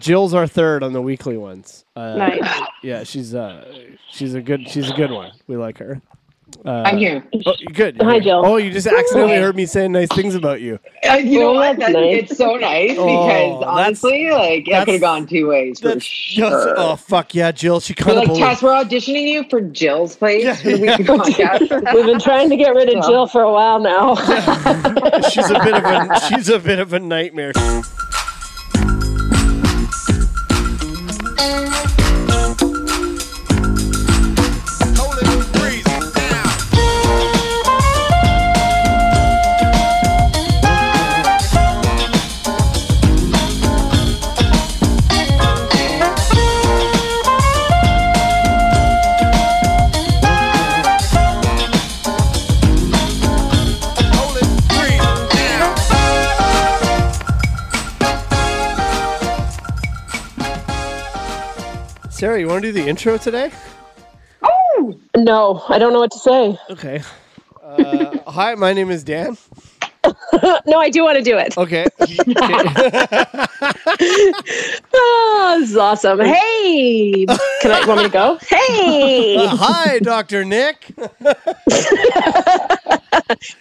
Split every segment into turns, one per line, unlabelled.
Jill's our third on the weekly ones. Uh,
Nice.
Yeah, she's uh, she's a good she's a good one. We like her. Uh,
I'm here.
Oh, good.
Hi, Jill.
Oh, you just accidentally heard me saying nice things about you.
Uh, you know
Oh,
what?
that's
That,
nice.
It's so nice because
Oh, that's-
honestly, like it
that's-
could have gone two ways for sure.
oh fuck yeah, Jill. She
You're
kind
like,
of
Tess, we're auditioning you for Jill's place
Yeah,
for the
yeah.
weekly podcast.
We've been trying to get rid of Jill for a while now.
she's a bit of a she's a bit of a nightmare. Sarah, you want to do the intro today?
no, I don't know what to say.
Okay. Uh, hi, my name is Dan.
No, I do want to do it.
Okay.
Oh, this is awesome. Hey, can I want me to go? Hey,
Uh, hi, Dr. Nick.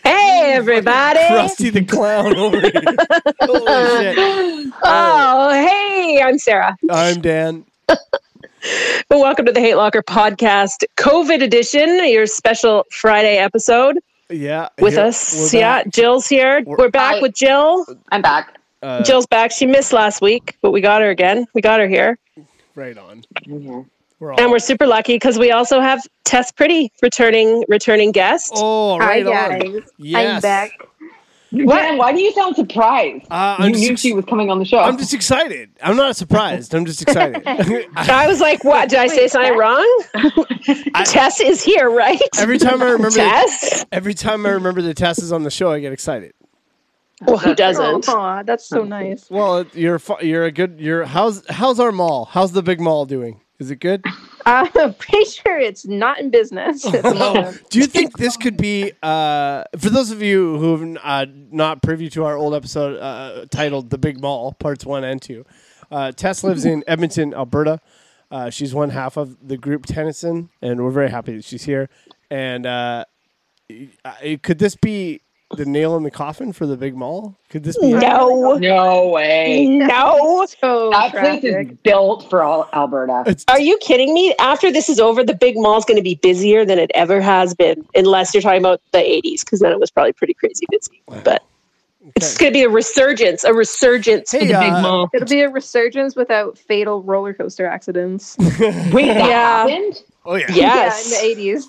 hey, everybody.
Krusty the clown over here. Holy shit.
Oh, hey, I'm Sarah.
I'm Dan.
And welcome to the Hate Locker podcast, COVID edition, your special Friday episode
Yeah.
with
here-
us.
we're
Yeah,
back.
Jill's here. We're,
We're-
back
I-
with Jill.
I'm back.
Uh,
Jill's back. She missed last week, but we got her again. We got her here.
right on.
I'm
Mm-hmm.
here.
We're all.
And we're super lucky because we also have Tess Pretty returning returning guest.
oh,
Hi
right on.
guys,
Yes.
I'm back.
Dan, why do you sound surprised?
Uh,
you
I'm,
knew
just,
she was coming on the show.
I'm just excited. I'm not surprised. I'm just excited. I-
I was like, what? Did I say
Wait,
something
Tess?
wrong?
I-
Tess is here, right?
every time I remember the,
Tess?
every time I remember the test is on the show, I get excited.
Well, who doesn't?
Aw, that's so nice.
Well, it- you're fu- you're a good. You're how's how's our mall? How's the big mall doing? Is it good?
I'm Uh, pretty sure it's not in business at the moment.
Do you think this could be uh, for those of you who have uh, not privy to our old episode uh, titled "The Big Mall" parts one and two? Uh, Tess lives in Edmonton, Alberta. Uh, she's one half of the group Tennyson, and we're very happy that she's here. And uh, I- could this be the nail in the coffin for the big mall? Could this be?
No.
no way.
No.
So
That place
traffic.
is built for all Alberta.
It's,
Are you kidding me? After this is over, the big mall's going to be busier than it ever has been, unless you're talking about the 80s, because then it was probably pretty crazy busy. But it's going to be a resurgence, a resurgence for
Hey,
the big
uh,
mall.
It'll be a resurgence without fatal roller coaster accidents.
Wait, that
Yeah.
happened?
oh yeah,
Yeah.
Yeah, in the 80s.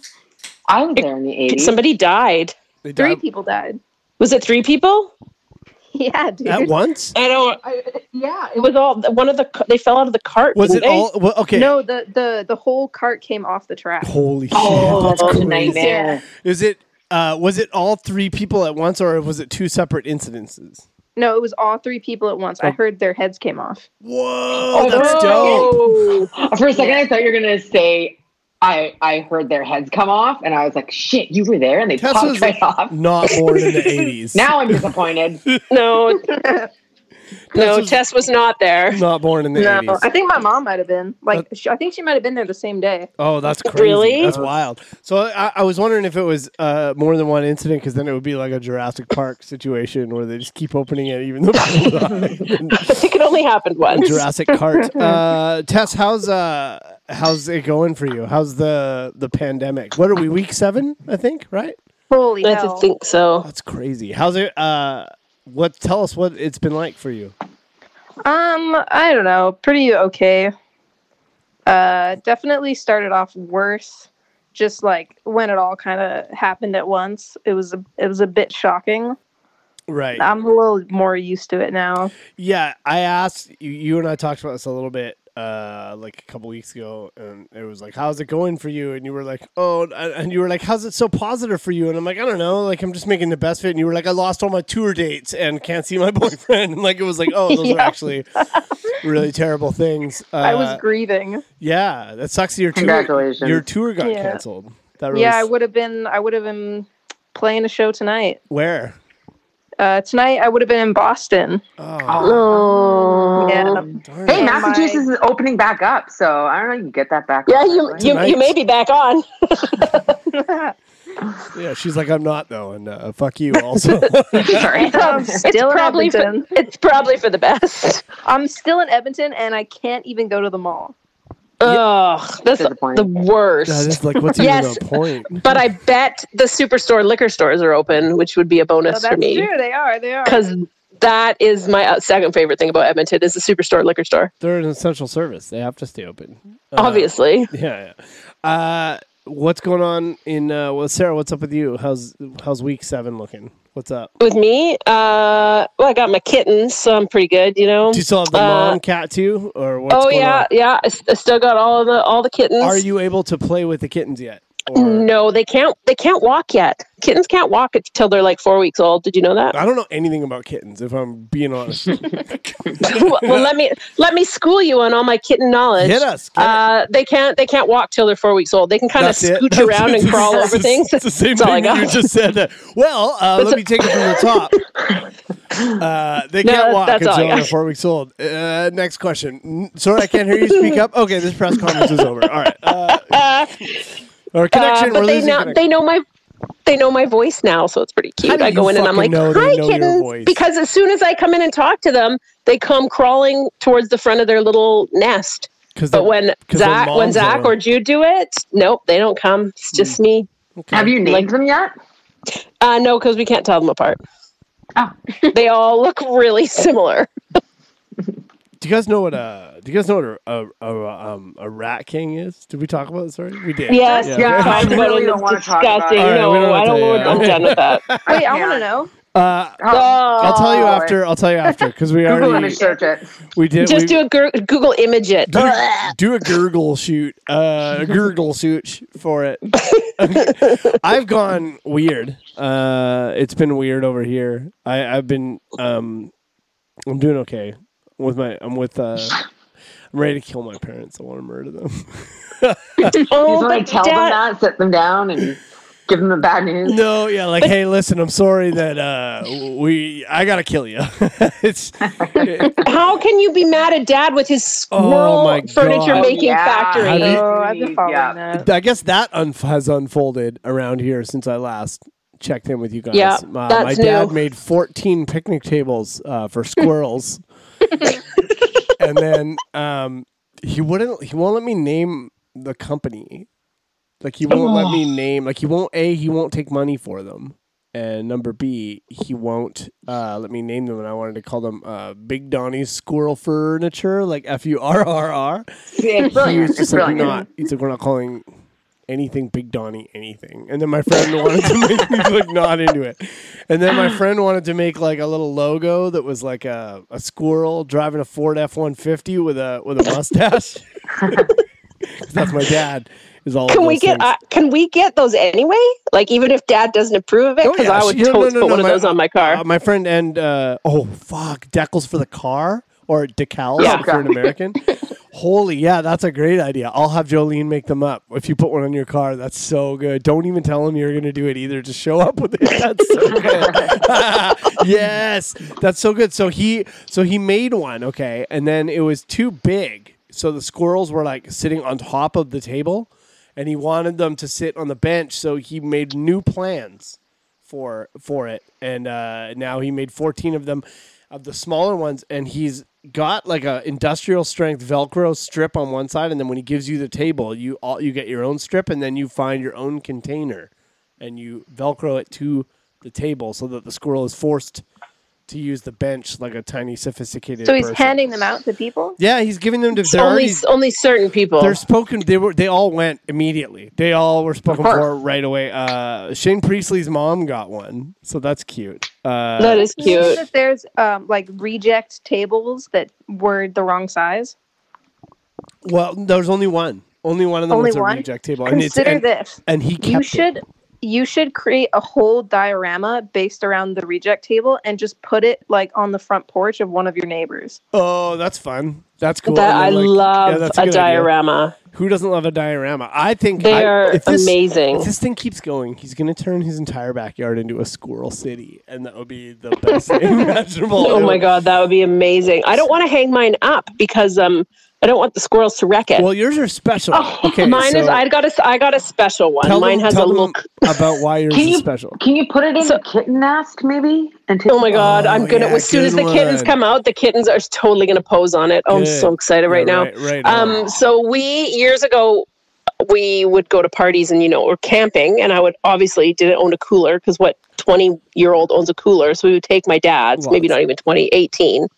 I was there in the 80s.
Somebody died.
They
Three
died
people died.
Was it three people?
Yeah, dude.
at once.
I don't.
I, yeah.
It was all one of the. They fell out of the cart.
Was
didn't
it
they?
all? Well, okay.
No, the, the, the whole cart came off the track.
Holy shit!
oh,
that's
that was a
crazy.
nightmare.
Is it uh, was it all three people at once, or was it two separate incidences?
No, it was all three people at
Oh.
once. I heard their heads came off.
Oh,
Whoa,
no.
Oh, that's dope.
For a second, I thought you were gonna say, "I I heard their heads come off," and I was like, "Shit, you were there!" And they
Tess
popped
was-
right off.
Not born in the eighties.
Now I'm disappointed.
No, no.
was-
Tess was not there.
not born in the
No,
eighties.
I think my mom might have been. Like, she, I think she might have been there the same day.
oh, that's crazy.
Really?
That's wild. So I, I was wondering if it was uh, more than one incident, because then it would be like a Jurassic Park situation where they just keep opening it, even though people die.
It could only happen once.
Jurassic cart. Uh, Tess, how's uh, how's it going for you? How's the the pandemic? What are we? Week seven, I think, right?
Holy
I
hell.
didn't think so.
That's crazy. How's it? Uh, what? Tell us what it's been like for you.
Um, I don't know. Pretty okay. Uh, definitely started off worse. Just like when it all kind of happened at once, it was a it was a bit shocking.
Right.
I'm a little more used to it now.
Yeah. I asked you. You and I talked about this a little bit, uh, like a couple weeks ago, and it was like, "How's it going for you?" And you were like, "Oh," and- and you were like, "How's it so positive for you?" And I'm like, "I don't know. Like, I'm just making the best of it." And you were like, "I lost all my tour dates and can't see my boyfriend." And like, it was like, "Oh, those are
Yeah.
actually really terrible things." Uh,
I was grieving.
yeah. That sucks. that Your tour,
Congratulations.
your tour got
Yeah.
canceled. That really
yeah, I
s-
would have been. I would have been playing a show tonight
where?
Uh, tonight I would have been in Boston.
Oh,
Oh.
Yeah.
darn
Hey,
it.
Massachusetts is opening back up, so I don't know. You can get that back.
Yeah,
up,
you,
right?
you, you may be back on.
Yeah, she's like, I'm not though, and uh, fuck you also.
Sorry.
It's
Still in
probably for,
Edmonton.
it's probably for the best.
I'm still in Edmonton and I can't even go to the mall.
Ugh, that's
Disappointing.
the
that
worst.
is like, what's
Yes.
even the point?
But I bet the superstore liquor stores are open, which would be a
So
bonus
that's
for me
true. They are. They are.
because that is my uh, second favorite thing about Edmonton is the superstore liquor store.
They're an essential service. They have to stay open. Uh,
Obviously,
Yeah. yeah. Uh, what's going on in? Uh, well, Sarah, what's up with you? How's how's week seven looking? What's up?
with me, uh, well, I got my kittens, so I'm pretty good, you know.
Do you still have the
Uh,
mom cat too, or what's
oh
going
yeah,
on?
yeah. I, s- I still got all the all the kittens.
Are you able to play with the kittens yet? Or,
No, they can't. They can't walk yet. Kittens can't walk until they're like four weeks old. Did you know that?
I don't know anything about kittens, if I'm being honest.
well, let me let me school you on all my kitten knowledge.
Hit us. get it.
Uh, they can't. They can't walk till they're four weeks old. They can kind of
That's it.
scooch
That's-
around and
it's-
crawl
it's-
over things.
It's the same
That's all I
thing that you
got.
just said. That, well, uh, let
That's
me take it from the top. Uh, they
No,
can't
that-
walk
that's all I
until
got.
they're four weeks old. Uh, next question. N- Sorry, I can't hear you speak up. Okay, this press conference is over. All right. Uh,
Uh,
our
uh,
connection.
but
we're
they
losing
now
connection.
they know my they know my voice now, so it's pretty
How
cute.
do
I go
you
in and I'm like,
fucking know they
"Hi,
know your voice?"
kittens!" Because as soon as I come in and talk to them, they come crawling towards the front of their little nest.
'Cause
But
they're-
when
'cause their
Zach, when
moms Hmm.
Zach
are-
or Jude do it, nope, they don't come. It's just me.
okay.
Have you named them yet?
Uh, no, because we can't tell them apart.
Oh.
they all look really similar.
Do you guys know what a? Do you guys know what a, a, a, um, a rat king is? Did we talk about this already? We did.
Yes,
Yeah.
yeah,
Yeah,
I really don't wanna talk about
disgusting.
it. Oh.
All right, we don't
no,
wanna
I
tell
don't
you,
want.
yeah.
I'm done with that.
Wait, I want
Yeah.
to know.
Uh,
Oh.
I'll tell you
Oh,
after. I'll tell you after because we
Google
already
image search it.
we did
Just
we,
do a gur- Google image it. Oh,
do, a- do a gurgle shoot, uh, a gurgle shoot sh- for it. I've gone weird. Uh, it's been weird over here. I, I've been, um, I'm doing okay with my, I'm with, uh, I'm ready to kill my parents. I want to murder them.
oh,
You just want
but
to tell
Dad-
them that, sit them down, and give them the bad news.
No, yeah, like, hey, listen, I'm sorry that, uh, we, I gotta kill you. it's,
How can you be mad at dad with his
Oh
squirrel
my God.
furniture making
Yeah.
factory?
How do you-
Oh, I've been following
Yeah.
that.
I guess that un- has unfolded around here since I last checked in with you guys.
Yeah,
Uh, my
that's
dad
new.
made 14 picnic tables uh, for squirrels, and then um, he wouldn't. He won't let me name the company. Like he won't let me name. Like he won't. A he won't take money for them. And number B, he won't uh, let me name them, and I wanted to call them uh, Big Donnie's Squirrel Furniture, like F U R R R
It's
he was
brilliant. It's
just like,
brilliant.
not, he's like, we're not calling anything Big Donnie anything. And then my friend wanted to make, he's like, not into it. And then my friend wanted to make like a little logo that was like a, a squirrel driving a Ford F one fifty with a with a mustache. 'Cause that's my dad. Is all. of
Can we
those
get
things.
uh, can we get those anyway? Like even if dad doesn't approve of it,
Oh,
because
yeah,
I would
sure. No,
totally
no,
put
no,
one
my-
of those on my car.
Uh, my friend and uh, oh fuck, decals for the car or decals
Yeah.
for an American. Holy yeah, that's a great idea. I'll have Jolene make them up. If you put one on your car, that's so good. Don't even tell him you're gonna do it either. Just show up with it. That's so good. yes, that's so good. So he so he made one okay, and then it was too big. So the squirrels were like sitting on top of the table, and he wanted them to sit on the bench. So he made new plans for for it, and uh, now he made 14 of them, of the smaller ones, and he's got like a industrial strength Velcro strip on one side, and then when he gives you the table, you all you get your own strip, and then you find your own container, and you Velcro it to the table so that the squirrel is forced to use the bench like a tiny sophisticated.
So he's
person.
handing them out to people.
Yeah, he's giving them to. they're
only
already-
only certain people.
they're spoken. They were. They all went immediately. They all were spoken
course.
for right away. Uh, Shane Priestley's mom got one, so that's cute. Uh,
that is
Do you think
cute.
That there's um, like reject tables that were the wrong size.
well. There's only one. Only one of them
Only
was a
one?
reject table, and it's
Consider
and,
this:
and he kept
you
it.
should you should create a whole diorama based around the reject table and just put it like on the front porch of one of your neighbors.
Oh, that's fun. That's cool.
that
And
I
then, like- yeah,
love
that's
a,
good idea.
diorama.
Who doesn't love a diorama? I think
They
I-
are
if this-
amazing.
If this thing keeps going, he's going to turn his entire backyard into a squirrel city, and that would be the best thing imaginable.
Oh
It
my
would-
god, that would be amazing. I don't want to hang mine up because um I don't want the squirrels to wreck it.
Well, yours are special. okay,
Oh, mine is
so
I got a s- I got a special one.
tell
Mine
them-
has a
tell them
little
about why yours
Can
is
you-
special.
Can you put it in
So-
a kitten nest maybe? And take
Oh my god, I'm
Oh,
gonna
yeah,
as soon as the
good
kittens
one.
come out, the kittens are totally gonna pose on it. Oh, I'm
Good.
so excited right
Yeah,
now.
Right, right on.
Um, so we years ago we would go to parties and you know we're camping and I would obviously didn't own a cooler because what twenty year old owns a cooler? So we would take my dad's, maybe
Lots.
not even 20, 18.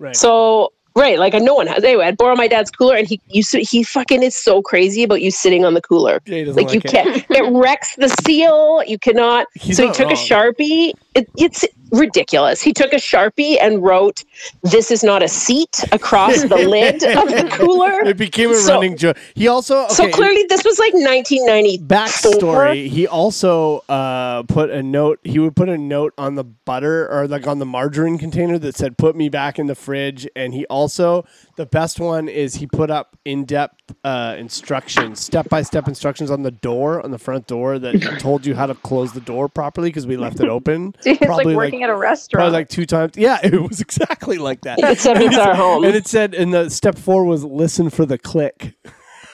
right.
So right, like no one has. Anyway, I'd borrow my dad's cooler and he you sit- he fucking is so crazy about you sitting on the cooler.
Yeah, he doesn't
Like you
it.
can't. It wrecks the seal. You cannot.
He's
so he
not
took a
wrong.
sharpie. It, it's ridiculous. He took a sharpie and wrote, "This is not a seat" across the lid of the cooler.
It became a
So-
running joke. He also okay,
so clearly, this was like 1990.
backstory. He also uh, put a note. He would put a note on the butter or like on the margarine container that said, "Put me back in the fridge." And he also the best one is he put up in depth uh, instructions, step by step instructions on the door on the front door that told you how to close the door properly because we left it open.
Dude, it's like
Probably,
working at a
Probably
restaurant.
like two times. Yeah, it was exactly like that.
Except it's our home.
And it said, and the step four was listen for the click.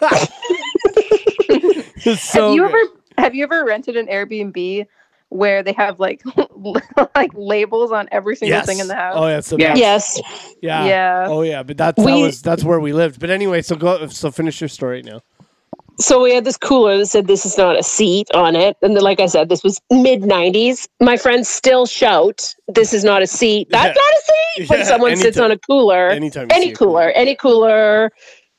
It's so
have you
good.
ever have you ever rented an Airbnb where they have like like labels on every single
Yes.
thing in the house?
Oh yeah, so
Yeah.
yeah.
Yes.
yeah,
Yeah.
Oh yeah, but that's that
We-
was that's where we lived. But anyway, so go so finish your story now.
So we had this cooler that said, "This is not a seat" on it. And then, like I said, this was mid 90s. My friends still shout, "This is not a seat." That's
Yeah.
not a seat when
Yeah,
someone sits
anytime-
on a cooler.
Anytime, you see
any
a
cooler, any cooler,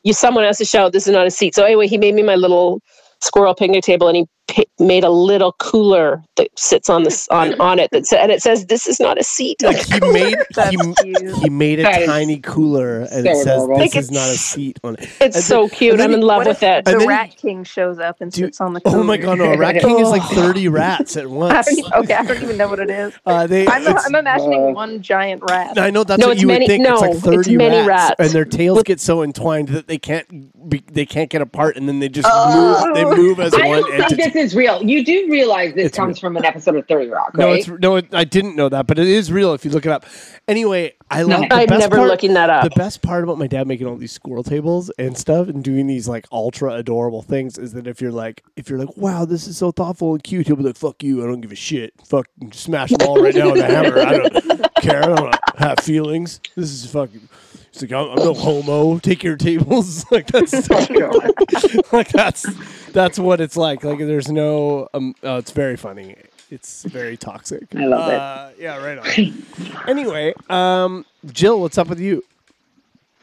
you someone has to shout, "This is not a seat." So anyway, he made me my little squirrel picnic table, and he pi made a little cooler that sits on this on on it that sa- and it says, "This is not a seat."
Like he made
That's
he,
cute.
he made a
That is
tiny cooler and
so
it says
adorable.
this
Like
is not a seat on it.
it's
and
so cute.
and then
I'm in
he-
love
What if
with it.
And
the
then
Rat King shows up and
Dude,
sits on the cooler?
Oh my god, no, a rat king is like thirty rats at
I
once.
don't even, Oh. okay, I don't even know what it is.
Uh, they,
I'm,
it's-
I'm imagining
uh,
one giant rat.
I know that's
No,
what
it's
you would
many-
think. it's
no,
like
it's
thirty
many
rats,
rats.
and their tails get so entwined that they can't be, they can't get apart, and then they just
Oh.
move. They move as
I
one
don't think
entity.
this is real. You do realize this
It's
comes from an episode of 30 Rock,
No,
right?
it's no. It, I didn't know that, but it is real if you look it up. Anyway, I love. the
I'm
best
never
part-
looking that up.
The best part about my dad making all these squirrel tables and stuff and doing these like ultra adorable things is that if you're like if you're like wow this is so thoughtful and cute he'll be like fuck you I don't give a shit fuck smash them all right now with a hammer I don't care I don't have feelings this is fucking. He's like I'm, I'm no homo take your tables like that's
Oh,
so like that's that's what it's like like there's no um oh, it's very funny it's very toxic
I love it.
uh, it yeah right on anyway um jill what's up with you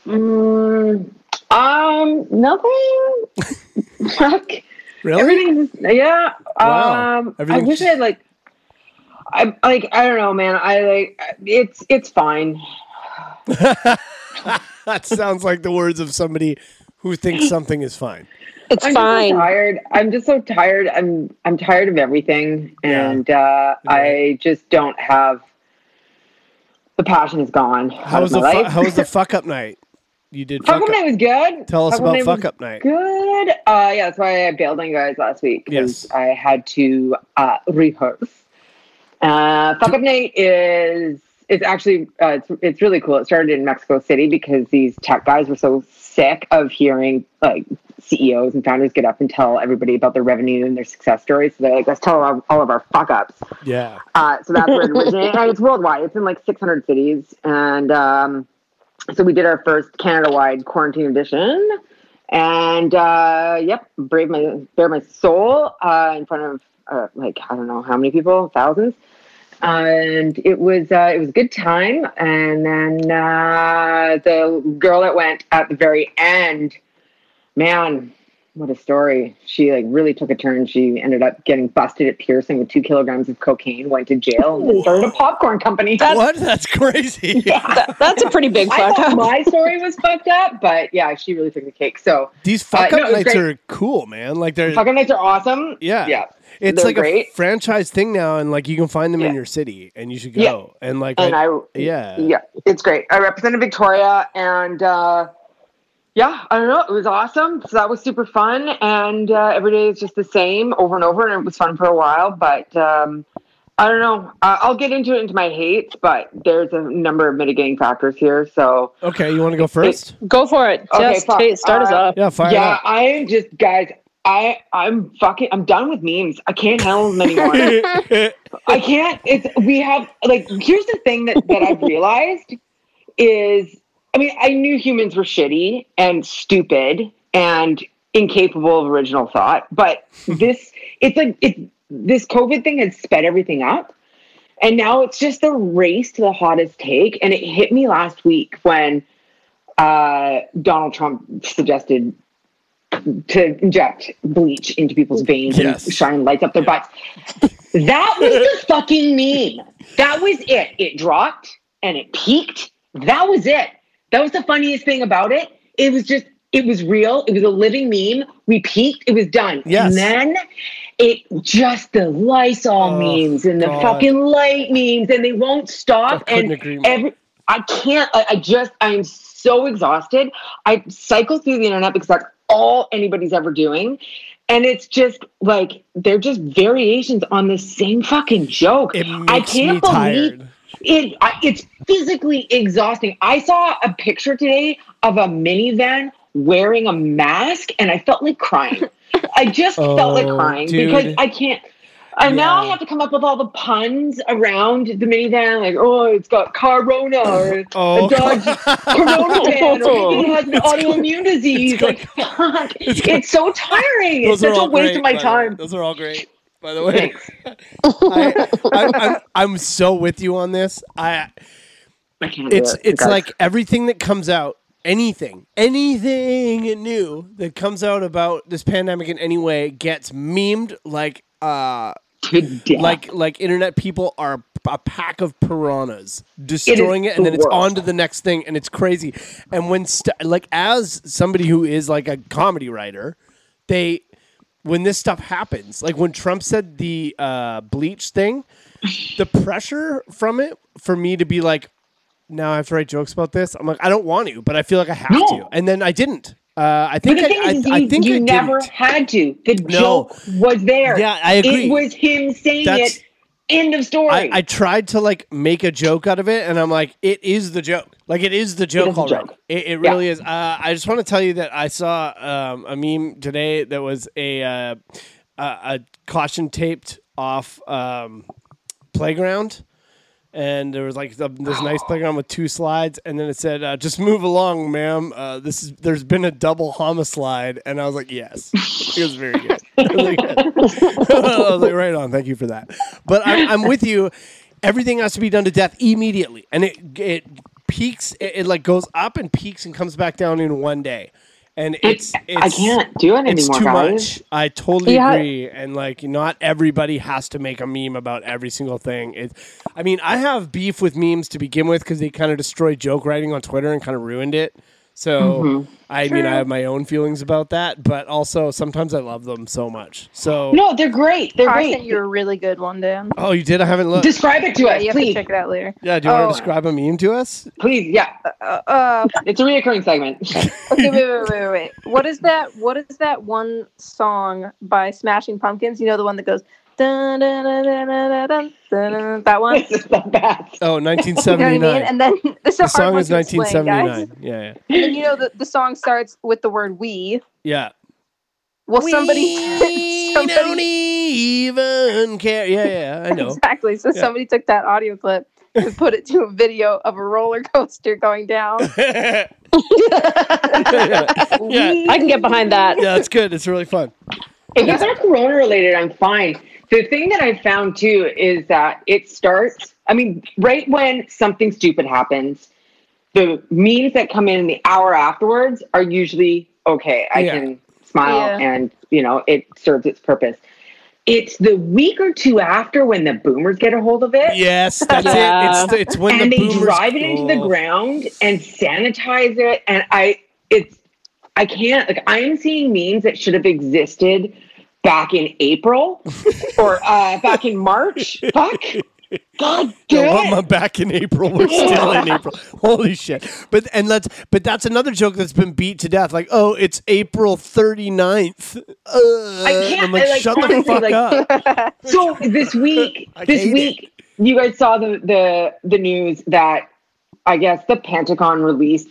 Mm, um, nothing. Fuck.
really
Everything's yeah.
Wow.
Um, I
Everything's-
wish I had like, I like I don't know, man. I like it's it's fine.
that sounds like the words of somebody who thinks something is fine
It's
I'm just so
fine.
tired. I'm just so tired. I'm I'm tired of everything,
Yeah.
and uh, I just don't have. The passion is gone.
how
How
was
was
the
my
fu-
life.
how was the fuck up night you did
Fuck
fuck
up
up.
night was good.
tell us
Fuck Up
about
Night was
fuck up night
Good. Uh, yeah, that's why I bailed on you guys last week. 'cause
Yes.
I had to uh, rehearse. Uh, Fuck Up Night is it's actually uh, it's it's really cool. It started in Mexico City because these tech guys were so sick of hearing like CEOs and founders get up and tell everybody about their revenue and their success stories. So they're like, let's tell all, all of our fuck ups.
yeah
Uh, so that's where it originated. and it's worldwide. It's in like 600 cities. And um, so we did our first Canada-wide quarantine edition. And uh, yep, brave my bare my soul uh, in front of uh, like I don't know how many people, thousands. And it was uh, it was a good time. And then uh, the girl that went at the very end, man, what a story. She like really took a turn. She ended up getting busted at Pearson with two kilograms of cocaine, went to jail, and then started a popcorn company.
what that's crazy
That- that's a pretty big
I
fuck
thought
up.
my story was fucked up, but yeah, she really took the cake. So
these fuck
Uh,
up
no, it was
nights
great.
are cool man like they're
fucking nights are awesome.
Yeah.
yeah.
It's
They're
like a
great.
franchise thing now, and like you can find them in
Yeah.
your city, and you should
Yeah.
go. And like,
And
I-
I
yeah,
yeah, it's great. I represented Victoria, and uh, yeah, I don't know. It was awesome. So that was super fun. And uh, every day is just the same over and over. And it was fun for a while. But um, I don't know. Uh, I'll get into it into my hates, but there's a number of mitigating factors here. So
Okay, you want to go first?
Go for it.
Okay,
Just
fuck.
ta- start us
All right.
off.
Yeah, fire it
yeah,
up.
I am just guys. I I'm fucking. I'm done with memes. I can't handle them anymore. I can't. It's we have like here's the thing that that I've realized is I mean I knew humans were shitty and stupid and incapable of original thought, but this it's like it this COVID thing has sped everything up. And now it's just a race to the hottest take. And it hit me last week when uh, Donald Trump suggested to inject bleach into people's veins
Yes.
and shine lights up their butts. That was the fucking meme. That was it. It dropped and it peaked. That was it. That was the funniest thing about it. It was just, it was real. It was a living meme. We peaked. It was done.
Yes.
And then it just the Lysol
Oh,
memes and the
God.
fucking light memes, and they won't stop.
I couldn't
and
agree more.
every I can't. I, I just I'm so exhausted. I cycle through the internet because that's all anybody's ever doing. And it's just like they're just variations on the same fucking joke.
It
I
makes
can't
me
believe
tired.
it I- it's physically exhausting i saw a picture today of a minivan wearing a mask and i felt like crying i just felt like
Oh,
crying
dude.
because i can't and now i
Yeah.
have to come up with all the puns around the minivan like oh it's got corona or
Oh.
a dodgy corona van or it has an
It's got-
autoimmune disease
got-
like fuck
it's
it's,
got-
so tiring it's
Those are
such a
all
waste
great, by the way.
of my time
Those are all great, by the way.
Thanks.
I, I, I'm, I'm so with you on this. I
I can't do
it's
it,
it's
guys.
like everything that comes out anything anything new that comes out about this pandemic in any way gets memed like uh
to death.
like like internet people are a pack of piranhas destroying it, and
the
then it's
worst.
on to the next thing and it's crazy and when st- like as somebody who is like a comedy writer they when this stuff happens like when trump said the uh, bleach thing the pressure from it for me to be like now i have to write jokes about this i'm like i don't want to but i feel like i have
No.
to and then i didn't uh, i
But
think
the thing
I,
is,
I,
you,
I think
you
I
never
didn't.
had to. The
No.
joke was there.
Yeah, I agree.
It was him saying
That's-
it. End of story.
I, I tried to like make a joke out of it, and I'm like, it is the joke. Like it is the joke
is the
already.
joke.
It, it really is. Uh, I just want to tell you that I saw um, a meme today that was a uh, a, a caution taped off um, playground. And there was like the, this nice playground with two slides, and then it said, uh, "Just move along, ma'am. Uh, this is there's been a double homicide." And I was like, "Yes, it was very good." It was really good. I was like, right on. Thank you for that. But I'm, I'm with you. Everything has to be done to death immediately, and it it peaks. It, it like goes up and peaks and comes back down in one day, and it's, it's
I can't do it
It's
anymore,
too
guys.
much. I totally
Yeah.
agree, and like not everybody has to make a meme about every single thing. It, I mean, I have beef with memes to begin with because they kind of destroyed joke writing on Twitter and kind of ruined it. So
Mm-hmm.
Mm-hmm.
I mean, I have my own feelings about that, but also sometimes I love them so much. So
No, they're great. They're
I
great.
sent you a really good one, Dan.
Oh, you did? I haven't looked.
Describe it to
Yeah,
us,
you have to
please.
check it out later.
yeah, do you want
Oh.
to describe a meme to us?
Please, yeah.
Uh, uh,
It's a reoccurring segment.
okay, wait, wait, wait, wait. What is that? What is that one song by Smashing Pumpkins? You know the one that goes dun dun dun dun dun dun dun, dun, that one.
this is the best.
Oh,
You know what I
1979.
mean? And then this is a
the
hard
song
one
is
to explain, guys.
1979. Yeah, yeah.
And then, you know the, the song starts with the word "we."
Yeah.
Well, somebody,
We don't
somebody,
even care. Yeah, yeah, I know.
exactly. So
Yeah.
somebody took that audio clip and put it to a video of a roller coaster going down.
yeah, yeah. yeah,
I can get behind that.
yeah, it's good. It's really fun.
If it's not corona related, I'm fine. The thing that I found too is that it starts, I mean, right when something stupid happens, the memes that come in the hour afterwards are usually okay. I
Yeah.
can smile
Yeah.
and, you know, it serves its purpose. It's the week or two after when the boomers get a hold of it
Yes, that's
Yeah.
it. It's, the, it's when
and
the
they
boomers
drive it into the
Oh.
ground and sanitize it and i it's i can't like i am seeing memes that should have existed back in april or uh, back in march fuck God
No,
damn
I'm
it.
back in April. We're still in April. Holy shit! But and let's but that's another joke that's been beat to death. Like, oh, it's April 39th. Uh,
I can't.
I'm like,
like,
shut
honestly,
the fuck
like,
up.
So this week,
I
this
hate
week, you guys saw the the the news that I guess the Pentagon released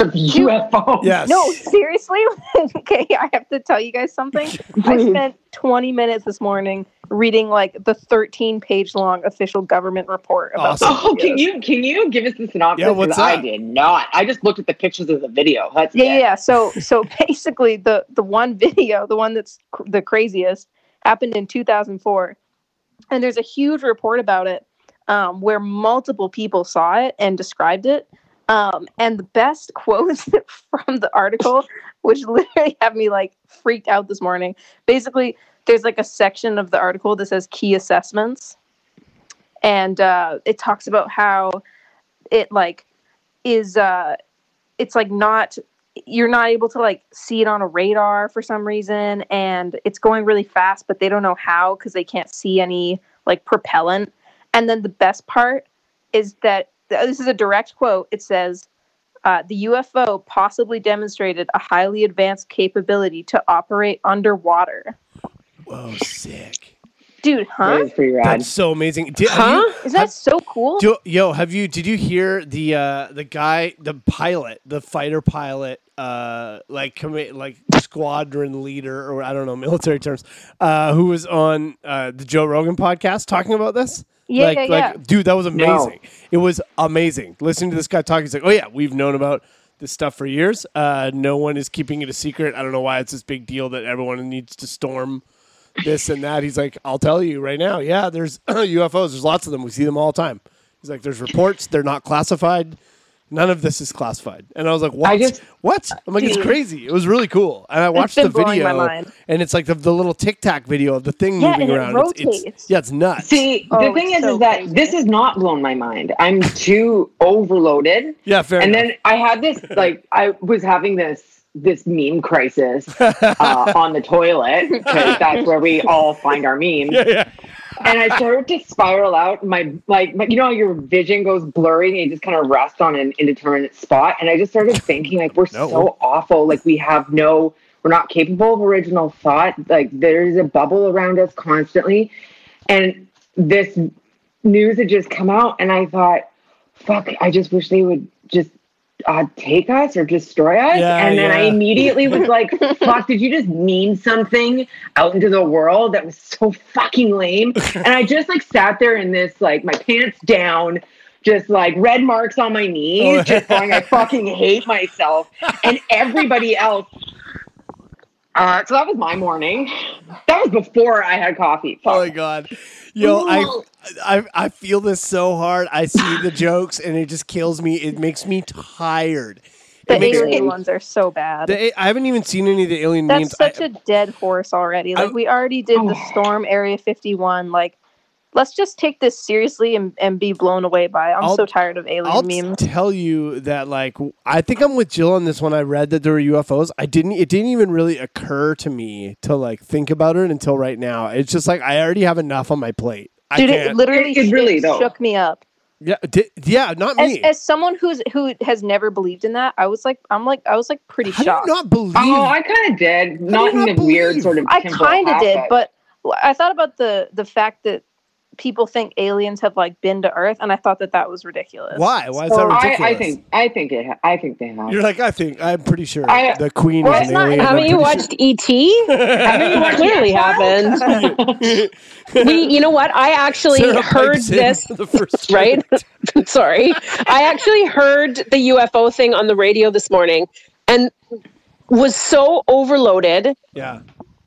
of UFOs.
Yes.
No, seriously? okay, I have to tell you guys something. I
Please.
spent 20 minutes this morning reading like the 13 page long official government report about
Awesome.
the
Oh, can
videos.
you can you give us the synopsis?
Yeah, what's
'Cause I
up?
did not. I just looked at the pictures of the video. That's
Yeah, yeah,
it.
yeah. So, so basically, the the one video, the one that's cr- the craziest, happened in 2004, and there's a huge report about it, um, where multiple people saw it and described it. Um, and the best quotes from the article, which literally had me like freaked out this morning. Basically, there's like a section of the article that says key assessments, and uh, it talks about how it like is uh, it's like not you're not able to like see it on a radar for some reason and it's going really fast but they don't know how because they can't see any like propellant and then the best part is that this is a direct quote it says uh, the ufo possibly demonstrated a highly advanced capability to operate underwater
Whoa, sick.
dude
That
huh
was pretty rad.
That's so amazing. Did, have
Huh?
you-
is that so cool
Do, yo, have you? Did you hear the uh, the guy, the pilot, the fighter pilot, uh, like commit, like squadron leader, or I don't know, military terms, uh, who was on uh, the Joe Rogan podcast talking about this?
Yeah,
like,
yeah,
like,
yeah.
dude, that was
No.
amazing. It was amazing listening to this guy talk. He's like, oh yeah, we've known about this stuff for years. Uh, no one is keeping it a secret. I don't know why it's this big deal that everyone needs to storm this and that. He's like, I'll tell you right now. Yeah, there's UFOs. There's lots of them. We see them all the time. He's like, there's reports. They're not classified. None of this is classified. And I was like, what?
just-
what? I'm like, it's
Dude.
crazy. It was really cool. And I watched
been
the
blowing my
video,
mind.
and it's like the, the little Tic Tac video of the thing
Yeah,
moving
and it
around. It's- It's,
rotates.
yeah, it's nuts.
See,
Oh,
the thing
it's
is,
so
is that
crazy.
this has not blown my mind. I'm too overloaded.
yeah, fair
and
enough.
then I had this like I was having this this meme crisis uh, on the toilet because that's where we all find our memes.
yeah, yeah.
And I started to spiral out. My like my, you know how your vision goes blurry and you just kind of rest on an indeterminate spot. And I just started thinking like we're
No.
so awful. Like we have no. We're not capable of original thought. Like there's a bubble around us constantly, and this news had just come out, and I thought, fuck, I just wish they would just uh, take us or destroy us.
Yeah,
and then I
yeah.
immediately was like, fuck, did you just meme something out into the world that was so fucking lame? And I just like sat there in this, like, my pants down. Just like red marks on my
Oh.
knees, just going, I fucking hate myself. And everybody else uh, so that was my morning. That was before I had coffee.
Oh my god, yo, I,
Ooh.
I I feel this so hard. I see the jokes, and it just kills me. It makes me tired.
the
it makes
alien-
me,
alien ones are so bad
the, I haven't even seen any of the alien memes.
That's
I-
such a dead horse already. Like
I- Oh.
we already did the storm Area 51. Like let's just take this seriously and, and be blown away by it. I'm
I'll-
so tired of alien
I'll
memes.
t- tell you that like w- I think I'm with Jill on this one. I read that there were UFOs. I didn't it didn't even really occur to me to like think about it until right now. It's just like I already have enough on my plate. I
Dude, it
can't.
literally
It- it really, though.
shook me up.
yeah, di- yeah, not
As,
me.
as someone who's who has never believed in that, I was like, I'm like, I was like pretty
How do you
shocked.
not believe?
Oh, I kind of did. Not
do
in
you
the
not believe?
weird sort of.
I
Kimball
kind of
half
did,
it.
but I thought about the the fact that people think aliens have like been to Earth, and I thought that that was ridiculous.
why? Why is
So
that
I-
ridiculous?
I, I think I think it. ha- I think they have.
You're like I think I'm pretty sure
I-
the Queen
Well,
is
it's
an
not-
alien.
Haven't
I'm
you
pretty
watched ET?
Haven't you watched
Clearly
X-Files?
happened.
sure-
we, you know what? I actually
Sarah
heard
pipes in
this.
for the first
right?
time.
Sorry. I actually heard the UFO thing on the radio this morning and was so overloaded
Yeah,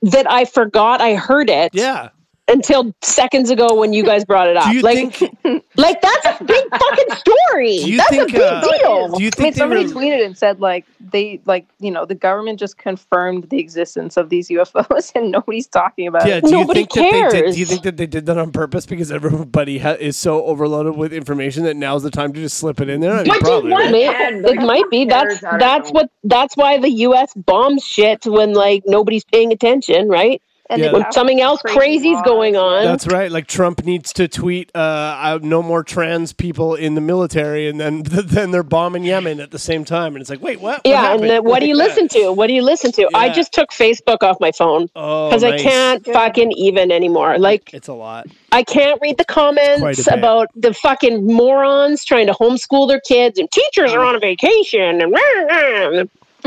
that I forgot I heard it
yeah.
until seconds ago when you guys brought it up.
Do you
like,
think?
like that's a big fucking
Do
story.
you
That's
think?
a big
uh,
deal.
Do you
I mean,
think they
somebody
were-
tweeted and said like they like you know the government just confirmed the existence of these UFOs and nobody's talking about
Yeah,
it.
do you
Uh, Nobody
think that they did, do you
cares.
think that they did that on purpose because everybody ha- is so overloaded with information that now's the time to just slip it in there? I mean,
But you
probably.
want-
right?
May-
And,
it
like,
might be
who
that's
cares? I don't
that's
know.
what that's why the U.S. bombs shit when like nobody's paying attention, right?
And
Yeah.
they
When
have
Something else crazy's
laws.
going on.
That's right. Like Trump needs to tweet, uh, uh, "No more trans people in the military," and then then they're bombing Yemen at the same time, and it's like, wait, what?
yeah, and
happened?
then what do you
Yeah.
listen to? What do you listen to? I
Yeah.
just took Facebook off my phone
Oh,
because I
nice.
can't
Yeah.
fucking even anymore. Like
It's a lot.
I can't read the comments
bit.
about the fucking morons trying to homeschool their kids and teachers are on vacation and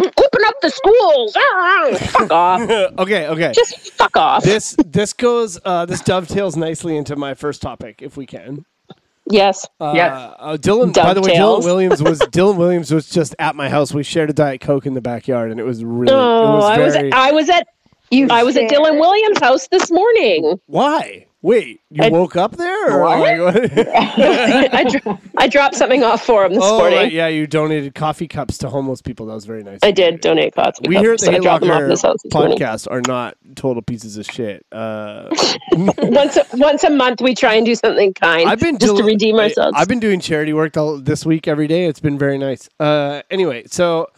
open up the schools. Ah, fuck off.
okay, okay.
Just fuck off.
this this goes uh, this dovetails nicely into my first topic, if we can.
yes.
Uh,
Yes.
uh, Dylan. By the way, Dylan
Dovetails.
Williams was Dylan Williams was just at my house. We shared a diet coke in the backyard, and it was really. it
Oh,
was
I was
very,
at, I was at
You
I was at
share.
Dylan Williams' house this morning.
why? Wait, you
I-
woke up there? Or
What?
I, dro- I dropped something off for him this
oh,
morning.
right, yeah, you donated coffee cups to homeless people. That was very nice.
I
of you.
did donate cots.
We here at the
so I dropped them off
Haylocker
this house this morning.
podcast are not total pieces of shit. Uh,
Once a, once a month, we try and do something kind.
I've been
just to
del-
redeem
I-
ourselves.
I've been doing charity work all, this week every day. It's been very nice. Uh, anyway, so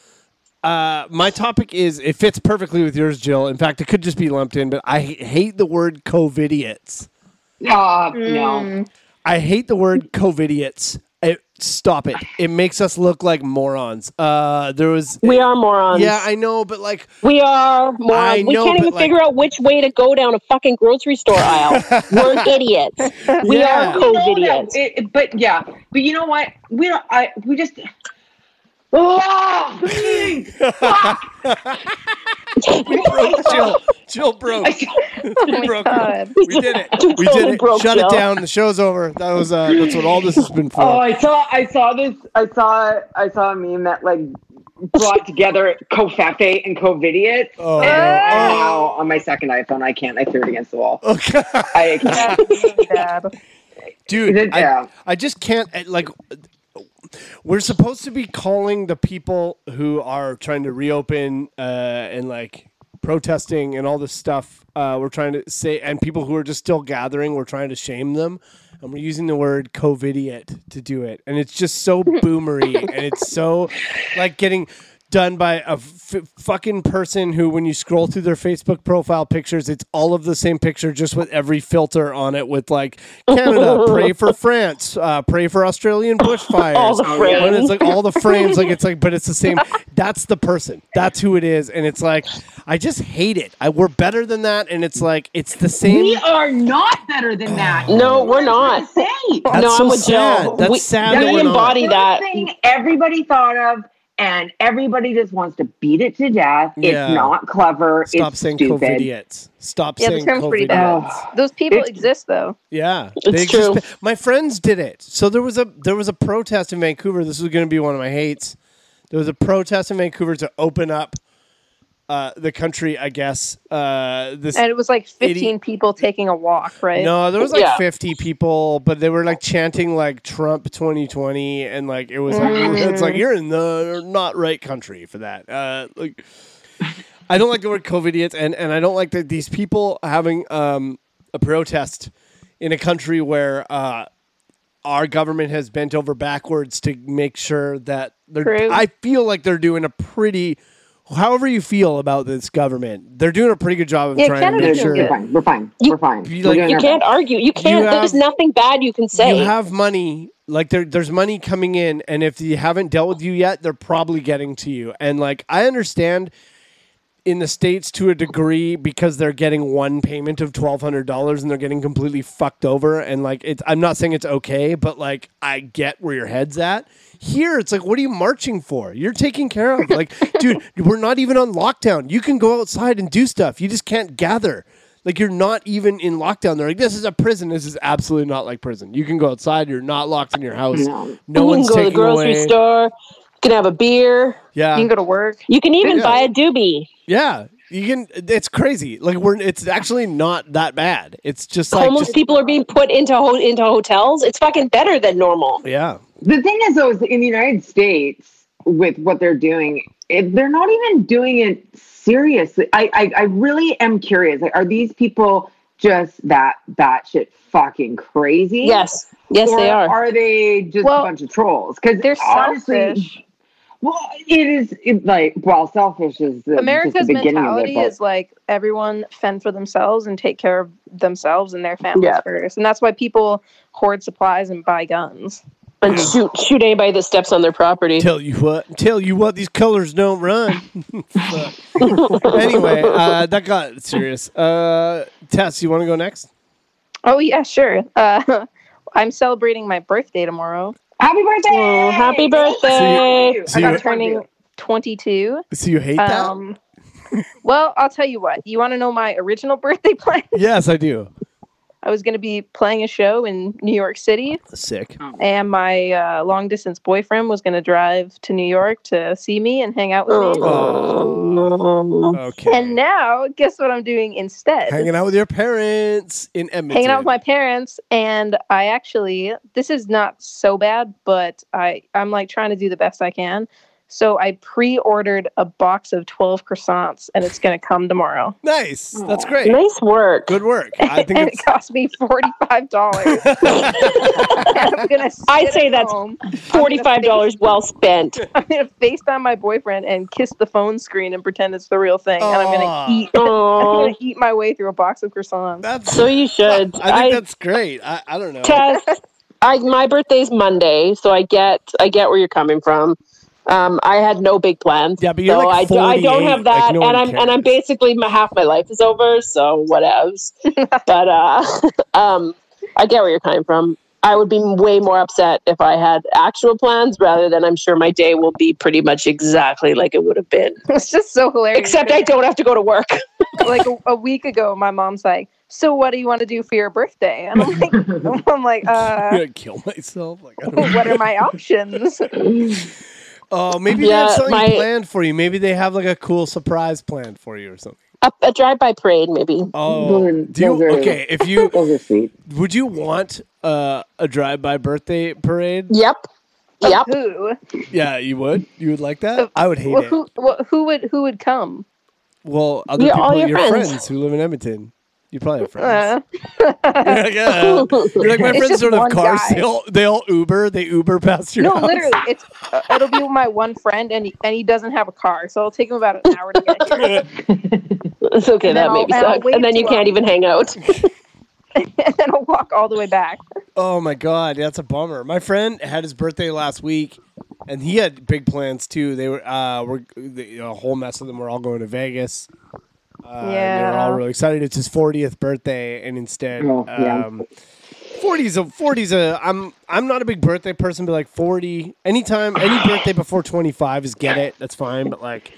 uh, my topic is it fits perfectly with yours, Jill. In fact, it could just be lumped in, but I h- hate the word covidiots.
Oh,
Mm.
no.
I hate the word covidiots. It, stop it. It makes us look like morons. Uh, there was.
we are morons.
yeah, I know, but like
we are morons.
I
we
know,
can't even
but, like-
figure out which way to go down a fucking grocery store aisle. We're idiots. We
Yeah.
are
We
code
know that-
idiots.
it- it- but yeah, but you know what? We don't. I we just. Oh, please.
we broke Jill. Jill broke.
Oh
We
my
broke her.
God.
We did it. We did
totally
it.
broke
Shut it
Jill.
down. The show's over. That was uh, that's what all this has been for.
Oh, I saw, I saw this, I saw, I saw a meme that like brought together Kofefe and Covidiot.
Oh,
and
no.
I'm now on my second iPhone, I can't. I threw it against the wall.
Okay.
I can't.
That's really bad.
Dude, I,
Yeah.
I just can't I- like we're supposed to be calling the people who are trying to reopen uh, and like protesting and all this stuff. Uh, we're trying to say and people who are just still gathering, we're trying to shame them. And we're using the word covidiot to do it. And it's just so boomery and it's so like getting done by a f- fucking person who, when you scroll through their Facebook profile pictures, it's all of the same picture, just with every filter on it, with like Canada, pray for France, uh, pray for Australian bushfires.
All the
When it's
frames.
like all the frames, like it's like, but it's the same. That's the person. That's who it is, and it's like, I just hate it. I we're better than that, and it's like it's the same.
We are not better than that.
No, we're not.
Say.
That's
no,
so
I'm with
sad.
Jill.
That's
we,
sad
We
that we're not.
embody that.
Thing everybody thought of, and everybody just wants to beat it to death.
Yeah.
It's not clever.
Stop
it's
saying
stupid.
covidiots. Stop
Yeah, the
saying
term's pretty
covidiots.
bad. Those people
It's-
exist though.
Yeah,
It's
just-
true.
my friends did it. So there was a there was a protest in Vancouver. This was going to be one of my hates. There was a protest in Vancouver to open up uh, the country. I guess uh, this.
And it was like 15
Eighty-
people taking a walk, right?
No, there was like
Yeah.
50 people, but they were like chanting like Trump 2020, and like it was like
Mm-hmm.
it's like you're in the not right country for that. Uh, like, I don't like the word COVIDiots, and and I don't like that these people having um a protest in a country where uh our government has bent over backwards to make sure that they're.
True.
I feel like they're doing a pretty. However you feel about this government, they're doing a pretty good job of
Yeah,
trying
Canada's
to
We're,
make sure.
doing good.
fine. We're fine.
You-
we're fine.
you
We're
like-
doing
You
our
can't
best.
argue. You can't.
have-
There's nothing bad you can say.
You have money. Like there, there's money coming in, and if you haven't dealt with you yet, they're probably getting to you. And like I understand in the states to a degree because they're getting one payment of twelve hundred dollars and they're getting completely fucked over. And like it's, I'm not saying it's okay, but like I get where your head's at. Here, it's like, what are you marching for? You're taking care of. Like, dude, we're not even on lockdown. You can go outside and do stuff. You just can't gather. Like you're not even in lockdown. They're like, this is a prison. This is absolutely not like prison. You can go outside. You're not locked in your house. No,
No.
you
one's
can go to
taking
the grocery
away.
store. You can have a beer.
Yeah,
You can go to work.
You can even
Yeah.
buy a doobie.
Yeah, you can. It's crazy. Like we're. It's actually not that bad. It's just like
Homeless
just-
people are being put into ho- into hotels. It's fucking better than normal.
yeah.
The thing is, though, is in the United States with what they're doing, if they're not even doing it seriously. I, I, I really am curious. Like, are these people just that batshit fucking crazy?
Yes, yes,
Or
they are.
Are they just
Well,
a bunch of trolls? Because
They're
honestly,
selfish.
Well, it is it, like well, selfish is the,
America's
just the beginning
mentality
of it, but-
is like everyone fend for themselves and take care of themselves and their families
Yeah.
first, and that's why people hoard supplies and buy guns.
and shoot shoot anybody that steps on their property.
Tell you what, tell you what, these colors don't run. Fuck. anyway, uh, that got serious. Uh, Tess, you want to go next?
Oh yeah, sure. Uh, I'm celebrating my birthday tomorrow.
Happy birthday!
Oh, happy
Thank
birthday!
you.
So
I
you-
got
I'm
a
turning
turning.
22.
So you hate that?
Um, well, I'll tell you what. You want to know my original birthday plan?
Yes, I do.
I was going to be playing a show in New York City,
Sick.
Oh.
and my uh, long distance boyfriend was going to drive to New York to see me and hang out with me.
Oh.
Okay.
And now, guess what I'm doing instead?
Hanging out with your parents in Edmonton.
Hanging out with my parents, and I actually this is not so bad, but I I'm like trying to do the best I can. So I pre-ordered a box of 12 croissants, and it's going to come tomorrow.
Nice.
Oh.
That's great.
Nice work.
Good work. I think
and
it's.
it cost me forty-five dollars. I'm gonna. Sit
I'd say
at
that's
home.
Forty-five dollars well spent.
I'm gonna FaceTime my boyfriend and kiss the phone screen and pretend it's the real thing, and I'm
Aw.
gonna eat. I'm
Oh,
gonna eat my way through a box of croissants.
That's.
so you
I
should.
think
I,
that's great. I, I don't know.
Tess, I my birthday's Monday, so I get I get where you're coming from. Um, I had no big plans.
Yeah, but you're
so
like
I, do, I don't
48,
have
like,
that,
no one
and I'm and I'm
cares.
basically my, half my life is over, so whatevs. but uh, um, I get where you're coming from. I would be way more upset if I had actual plans rather than I'm sure my day will be pretty much exactly like it would have been.
It's just so hilarious.
Except I don't have to go to work.
like a, a week ago, my mom's like, "So what do you want to do for your birthday?" And I'm like, "I'm
I'm
like, uh,
gonna kill myself. Like, I don't know.
what are my options?"
Oh, maybe they have
Yeah,
something
my-
planned for you. Maybe they have like a cool surprise planned for you or something.
A, a drive-by parade, maybe.
Oh,
Those are-
do you,
those are-
okay. If you
Those are sweet.
would you want uh, a drive-by birthday parade?
Yep. Yep.
Who?
Yeah, you would. You would like that?
Uh,
I would hate
Well,
it.
who? Well, who would? Who would come?
Well, other
Yeah,
people,
all
your,
your
friends.
friends.
who live in Edmonton, you probably have friends.
Uh,
You're like, "Uh." You're like, my
It's
friends
just
don't have
one
cars.
guy.
They all, they all Uber. They Uber past your
no,
house.
literally, it's uh, it'll be my one friend, and he, and he doesn't have a car, so it'll take him about an hour to get here.
It's okay.
And then
that
I'll-
maybe
and I'll
sucks.
wait
And then you
until
can't even hang out.
and then I'll walk all the way back.
Oh my god, that's a bummer. My friend had his birthday last week, and he had big plans too. They were uh, were the, a whole mess of them were all going to Vegas. Uh, yeah, they were all
Yeah.
really excited. It's his fortieth birthday, and instead,
Oh, yeah.
um, forties a forties a. I'm I'm not a big birthday person, but like forty, anytime any birthday before twenty five is get it. That's fine, but like.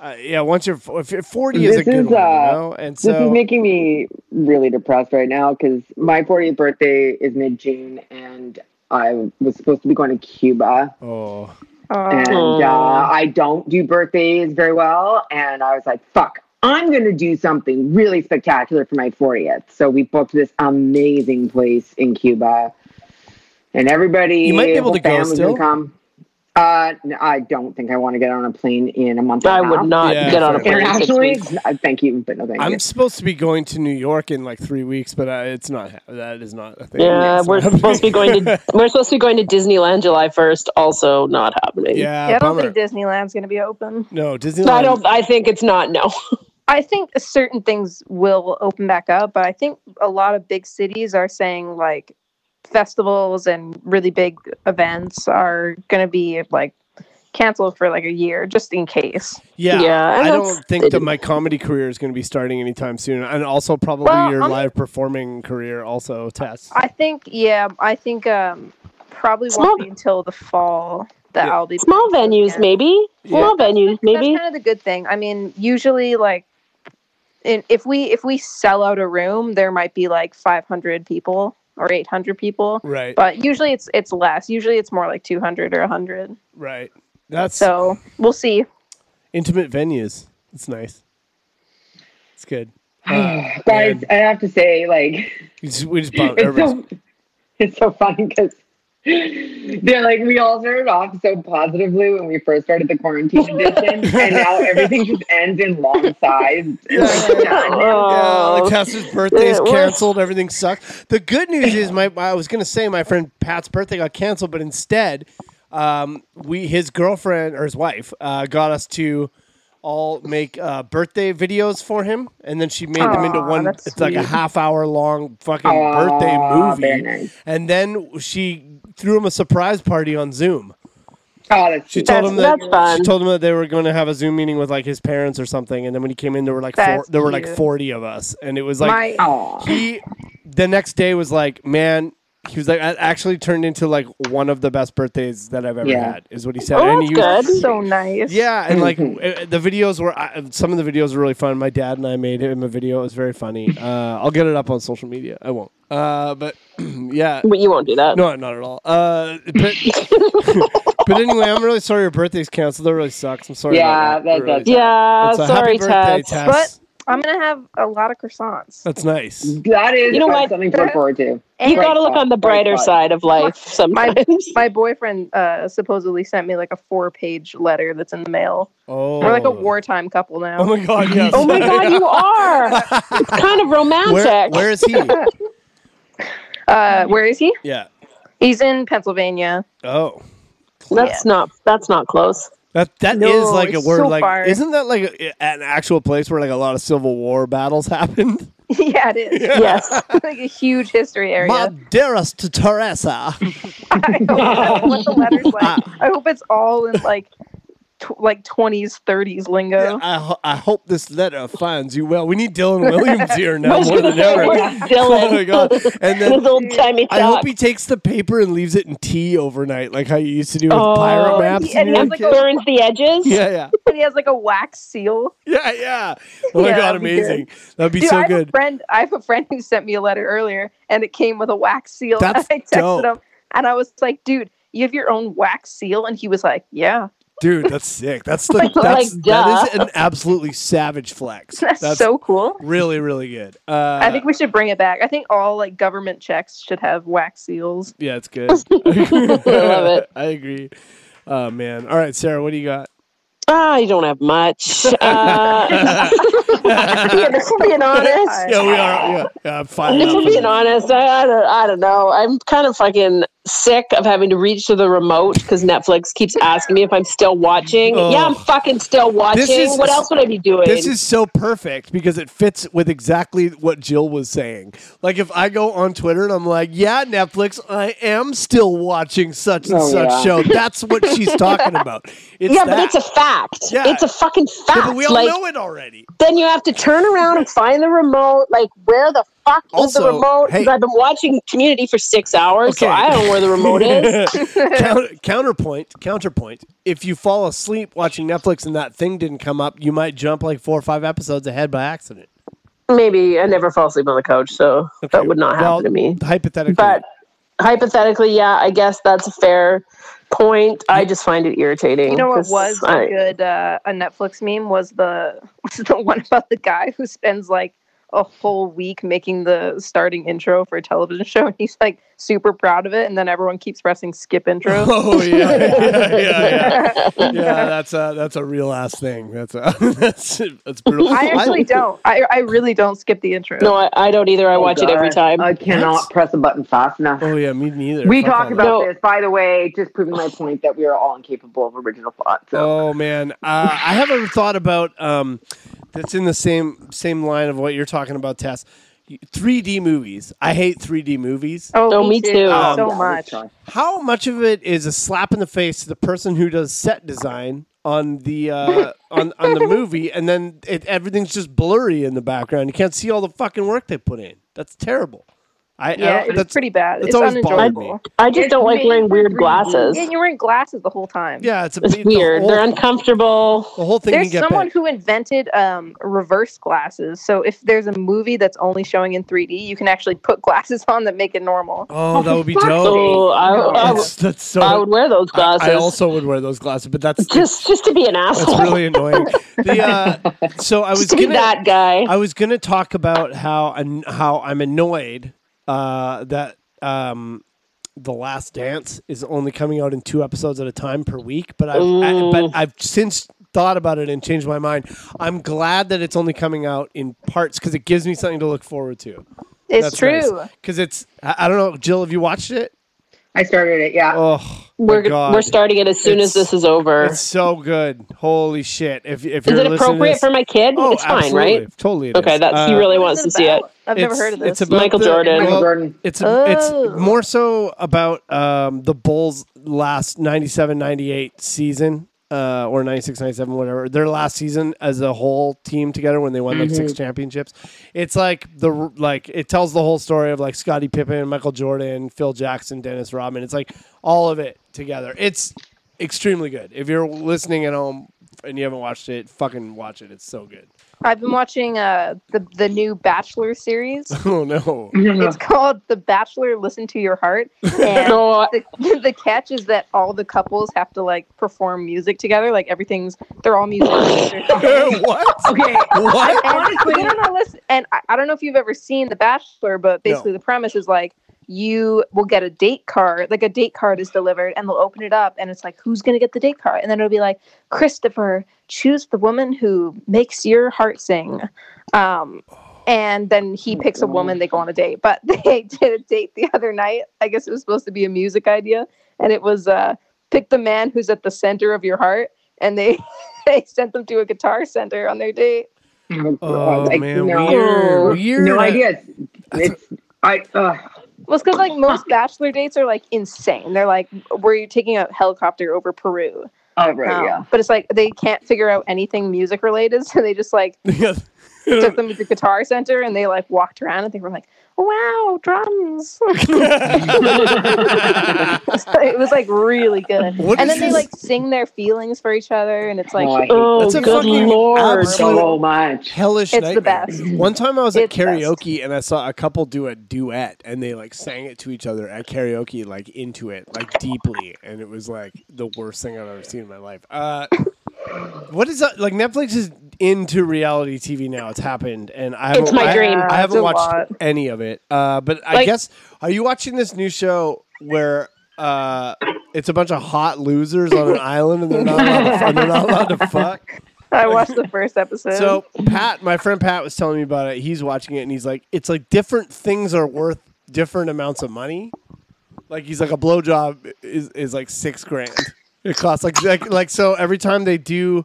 Uh, yeah, once you're if you're forty is a
This
good
is,
one, you
uh,
know. And
This
so
is making me really depressed right now because my 40th birthday is mid June and I was supposed to be going to Cuba.
oh,
Uh,
And uh,
Aw.
I don't do birthdays very well. And I was like, fuck, I'm going to do something really spectacular for my 40th. So we booked this amazing place in Cuba. And everybody,
You might be able
whole
to go
family's
still.
gonna Come. Uh, n- I don't think I want to get on a plane in a month.
I
and a half.
would not
Yeah,
get on a
fair.
plane. six
Internationally,
weeks.
uh, thank you, but no thank you.
I'm supposed to be going to New York in like three weeks, but uh, it's not. hap- That is not a thing.
Yeah,
It's
we're
not
supposed to be
happening.
going to we're supposed to be going to Disneyland July first. Also, not happening.
yeah,
yeah, I don't
bummer.
think Disneyland's going to be open.
no, Disneyland.
I don't. I think it's not. No.
I think certain things will open back up, but I think a lot of big cities are saying like festivals and really big events are going to be like canceled for like a year just in case.
yeah,
Yeah, and
I
that's-
don't think that my comedy career is going to be starting anytime soon, and also probably
Well,
your
I'm-
live performing career also Tess.
I think yeah, I think um probably
Small-
won't be until the fall that
Yeah.
I'll be
Small
playing shows
venues,
again.
maybe. Small venues, maybe.
That's kind of the good thing. I mean, usually like in, if we if we sell out a room, there might be like 500 people or 800 people.
right,
but usually it's it's less. Usually it's more like 200 or 100.
right. That's
So we'll see.
intimate venues. It's nice. It's good. Uh,
Guys,
man,
I have to say, like,
we just, we just bummed
it's
everybody's-
so, it's so funny because they're like, we all started off so positively when we first started the quarantine edition, and now everything just ends in long sighs. It's like, done.
Yeah,
Oh.
like Tessa's birthday is
Yeah, we're-
canceled. Everything sucks. The good news is my I was gonna say my friend Pat's birthday got canceled, but instead, um, we his girlfriend or his wife uh, got us to all make uh, birthday videos for him, and then she made them into
Aw,
one. It's
that's
like a
sweet.
half hour long fucking
Aw,
birthday
very
movie,
nice.
and then she threw him a surprise party on Zoom.
Oh, that's
She
cute.
told
That's-
him that
that's fun.
she told him that they were going to have a Zoom meeting with like his parents or something, and then when he came in, there were like four,
That's
there were like
cute.
forty of us, and it was like
My
Aw.
he the next day was like, man, he was like, I actually turned into like one of the best birthdays that I've ever
Yeah.
had, is what he said.
Oh,
and
that's
he
good.
Was,
that's so nice.
yeah, and like uh, the videos were uh, some of the videos were really fun. My dad and I made him a video. It was very funny. Uh, I'll get it up on social media. I won't. Uh, but yeah,
But you won't do that.
no, not at all. Uh, but, but anyway, I'm really sorry your birthday's canceled. That really sucks. I'm sorry.
Yeah,
about that.
that
really
does-
Yeah,
It's a
sorry,
happy birthday,
Tess.
Tess.
But- I'm gonna have a lot of croissants.
That's nice.
That is
You know what?
something to look forward to.
You
Like,
got to look on the
Bright
brighter
spot.
side of life sometimes.
my boyfriend uh, supposedly sent me like a four-page letter that's in the mail.
Oh,
We're like a wartime couple now.
Oh my god! Yes.
oh my God, you are. It's kind of romantic.
Where, where is he?
Uh, where is he?
Yeah.
He's in Pennsylvania.
Oh,
that's not. That's not close.
that that is
No,
like a
it's
word.
so
like,
far.
isn't that like a, an actual place where like a lot of Civil War battles happened?
yeah, it is.
Yes.
like a huge history area.
Madeiras to Teresa.
I don't know what the letter's like. I hope it's all in like tw- like 20s, 30s lingo.
I, ho- I hope this letter finds you well. We need Dylan Williams here now
I was
more
gonna
than
say,
ever.
where's
Oh my
Dylan?
god! And then
With old timey
I hope
talk.
he takes the paper and leaves it in tea overnight, like how you used to do with
Oh.
pirate maps.
And
when you were
he
a
has, like,
kid.
burns the edges.
yeah, yeah,
And he has like a wax seal.
yeah, yeah. Oh my
Yeah,
god,
that'd be good.
amazing! That'd be
Dude, I
so
have
good.
a friend. I have a friend who sent me a letter earlier, and it came with a wax seal.
That's
and I texted
dope.
him, and I was like, "Dude, you have your own wax seal?" And he was like, "Yeah."
Dude, that's sick. That's the,
Like,
that's,
like,
that is an absolutely savage flex.
That's, so cool.
really really good. Uh,
I think we should bring it back. I think all like government checks should have wax seals.
yeah, it's good. I
love it.
I agree. Oh man. All right, Sarah, what do you got?
I Ah, don't have much. Uh, being, being honest.
Yeah, we are. Yeah, yeah fine.
If we're being honest, I, I, don't, I don't know. I'm kind of fucking sick of having to reach to the remote because Netflix keeps asking me if I'm still watching.
Oh.
Yeah, I'm fucking still watching.
is-
what else would I be doing?
This is so perfect because it fits with exactly what Jill was saying. Like if I go on Twitter and I'm like, "Yeah, Netflix, I am still watching such and
Oh,
such
yeah.
show." That's what she's talking about. It's
yeah,
that.
but it's a fact.
Yeah.
It's a fucking fact.
Yeah, but we all
like,
know it already.
then you have to turn around and find the remote. Like, where the fuck is
Also,
the remote? 'Cause
hey-
I've been watching Community for six hours, so
Okay.
I don't know where the remote is.
Coun- counterpoint, counterpoint. If you fall asleep watching Netflix and that thing didn't come up, you might jump like four or five episodes ahead by accident.
Maybe I never fall asleep on the couch, so that
Okay,
would not happen
well,
to me.
Hypothetically,
But hypothetically, yeah, I guess that's a fair point. I just find it irritating.
You know what
'cause
was
I-
a good uh, a Netflix meme was the was the one about the guy who spends like a whole week making the starting intro for a television show and he's like super proud of it and then everyone keeps pressing skip intro.
oh yeah, yeah, yeah, yeah. yeah that's a that's a real ass thing. That's a, that's that's brutal.
I actually don't. I, I really don't skip the intro.
no, I, I don't
Oh,
either. I watch it every time.
Oh, I cannot press a button fast enough.
Oh yeah, me neither.
We
Fuck
talked
all that.
about
No.
this, by the way, just proving my point that we are all incapable of original thought. So
Oh man, uh, I have a thought about um, that's in the same same line of what you're talking about, Tess. 3D movies. I hate 3D movies.
Oh, me too.
Oh, so
Yeah,
much.
that's
How much of it is a slap in the face to the person who does set design on the uh, on on the movie, and then it, everything's just blurry in the background. You can't see all the fucking work they put in. That's terrible. I, I
Yeah,
don't-
it's
that's
pretty bad.
that's
It's
always bothered
unenjoyable.
I just don't like wearing weird glasses.
Yeah, and you're wearing glasses the whole time.
yeah, it's, a,
It's
the
weird.
whole-
They're uncomfortable.
the whole thing
There's
can get
someone
bad.
who invented um, reverse glasses. So if there's a movie that's only showing in 3D, you can actually put glasses on that make it normal.
Oh, that would be dope.
So I, I, would-
That's, that's so.
I would wear those
I-
glasses.
I also would wear those glasses, but that's
just just to be an asshole.
That's really annoying. The, uh, so I was
just to be
gonna,
that guy.
I was gonna talk about how an- how I'm annoyed uh, that um, the Last Dance is only coming out in two episodes at a time per week. But I've I,
Mm.
but I've since thought about it and changed my mind. I'm glad that it's only coming out in parts because it gives me something to look forward to.
It's
That's
true.
Because it's I, I don't know, Jill. Have you watched it?
I started it. Yeah.
Oh,
We're
my God.
we're starting it as soon as
It's-
this is over.
It's so good. Holy shit! If if
Is
you're
it
listening
appropriate
to this,
for my kid?
oh,
it's fine,
absolutely.
right?
Totally. it
Okay,
is.
that's he
Uh,
really
What
wants to
is
see it.
about? I've never
it's-
heard of
It's
this.
about
Michael
the-
Jordan.
Michael
well,
Jordan.
It's a-
Oh.
it's more so about um, the Bulls' last 97-98 season uh, or 96-97, whatever. Their last season as a whole team together when they won like six championships. It's like the like it tells the whole story of like Scottie Pippen, Michael Jordan, Phil Jackson, Dennis Rodman. It's like all of it together. It's extremely good. If you're listening at home and you haven't watched it, fucking watch it. It's so good.
I've been watching uh, the the new Bachelor series.
Oh no.
It's called The Bachelor. Listen to your heart. And
No,
the, the catch is that all the couples have to like perform music together. Like everything's they're all musicians.
what?
okay.
What?
and, no, no, no, listen. And I, I don't know if you've ever seen The Bachelor, but basically the premise is like you will get a date card. Like a date card is delivered, and they'll open it up, and it's like who's gonna get the date card? And then it'll be like Christopher, choose the woman who makes your heart sing. Um, and then he picks a woman. They go on a date, but they did a date the other night. I guess it was supposed to be a music idea, and it was uh, pick the man who's at the center of your heart. And they they sent them to a guitar center on their date.
Oh
Like,
man,
no,
weird,
No
weird.
no
I-
idea. It's, I. Uh,
Well, it's because like most bachelor dates are like insane. They're like, we're taking a helicopter over Peru.
oh right.
Um,
Yeah.
But it's like they can't figure out anything music related, so they just like
Yeah.
took them to the guitar center and they like walked around and they were like, "Wow, drums!" it was like really good.
What
and
is
then they
this?
like sing their feelings for each other, and it's like
Oh, I hate
oh,
That's a
good
fucking
lord!
absolute-
so much.
Hellish
it's the
nightmare.
best.
One time I was at
It's the best.
karaoke and I saw a couple do a duet and they like sang it to each other at karaoke, like into it, like deeply, and it was like the worst thing I've ever seen in my life. Uh, what is that? Like Netflix is into reality TV now. It's happened, and I haven't-
my
I-
dream.
I haven't
It's a
watched
lot.
any of it. Uh, but I
Like-
guess are you watching this new show where? Uh, it's a bunch of hot losers on an island, and they're not allowed to, and they're not allowed to fuck.
I watched the first episode.
So Pat, my friend Pat was telling me about it. He's watching it and he's like, it's like different things are worth different amounts of money. Like he's like a blowjob is is like six grand. It costs like like, like so every time they do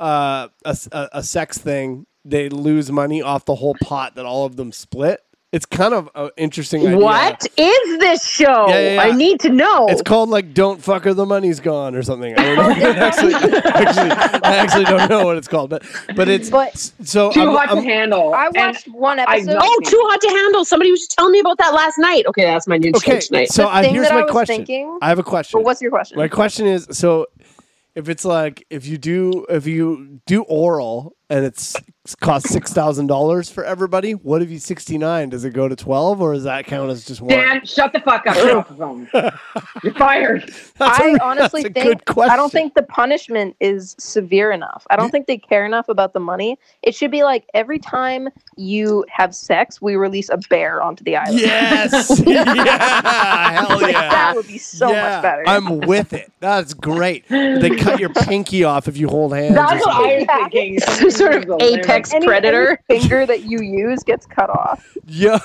uh, a, s- a- a sex thing, they lose money off the whole pot that all of them split. It's kind of an interesting idea.
What is this show?
Yeah, yeah, yeah.
I need to know.
It's called like "Don't Fuck Her, the Money's Gone" or something. I don't know. actually, actually, I actually don't know what it's called, but but it's
But-
so
Too
I'm-
hot to
I'm-
handle.
I
And
watched one
I
episode.
know-
oh, too hot to handle. Somebody was just telling me about that last night. Okay, that's my new show
Okay,
tonight.
so
The
I,
thing
here's
that
my
I was
question.
thinking-
I have a question.
Well, what's your question?
my question is so if it's like if you do if you do oral and it's it's cost six thousand dollars for everybody, what if you sixty nine? Does it go to twelve or does that count as just one?
Dan, shut the fuck up. Get off the phone. You're fired.
That's a-
I
that's
honestly
a
think
good question.
I don't think the punishment is severe enough. I don't think they care enough about the money. It should be like every time you have sex, we release a bear onto the island.
Yes. yeah. Hell
Like,
yeah.
That would be so
Yeah,
much better.
I'm with it. That's great. They cut your pinky off if you hold hands. or
That's what
something.
I was thinking.
Some sort of
Something with the
apex
Any-
predator.
any finger that you use gets cut off.
Yo.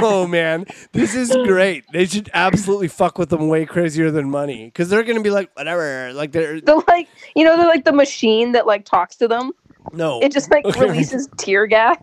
Yo, man, this is great. They should absolutely fuck with them way crazier than money because they're gonna be like, whatever. Like they're
The like, you know, they're like the machine that like talks to them.
no.
It just like
Okay.
releases tear gas.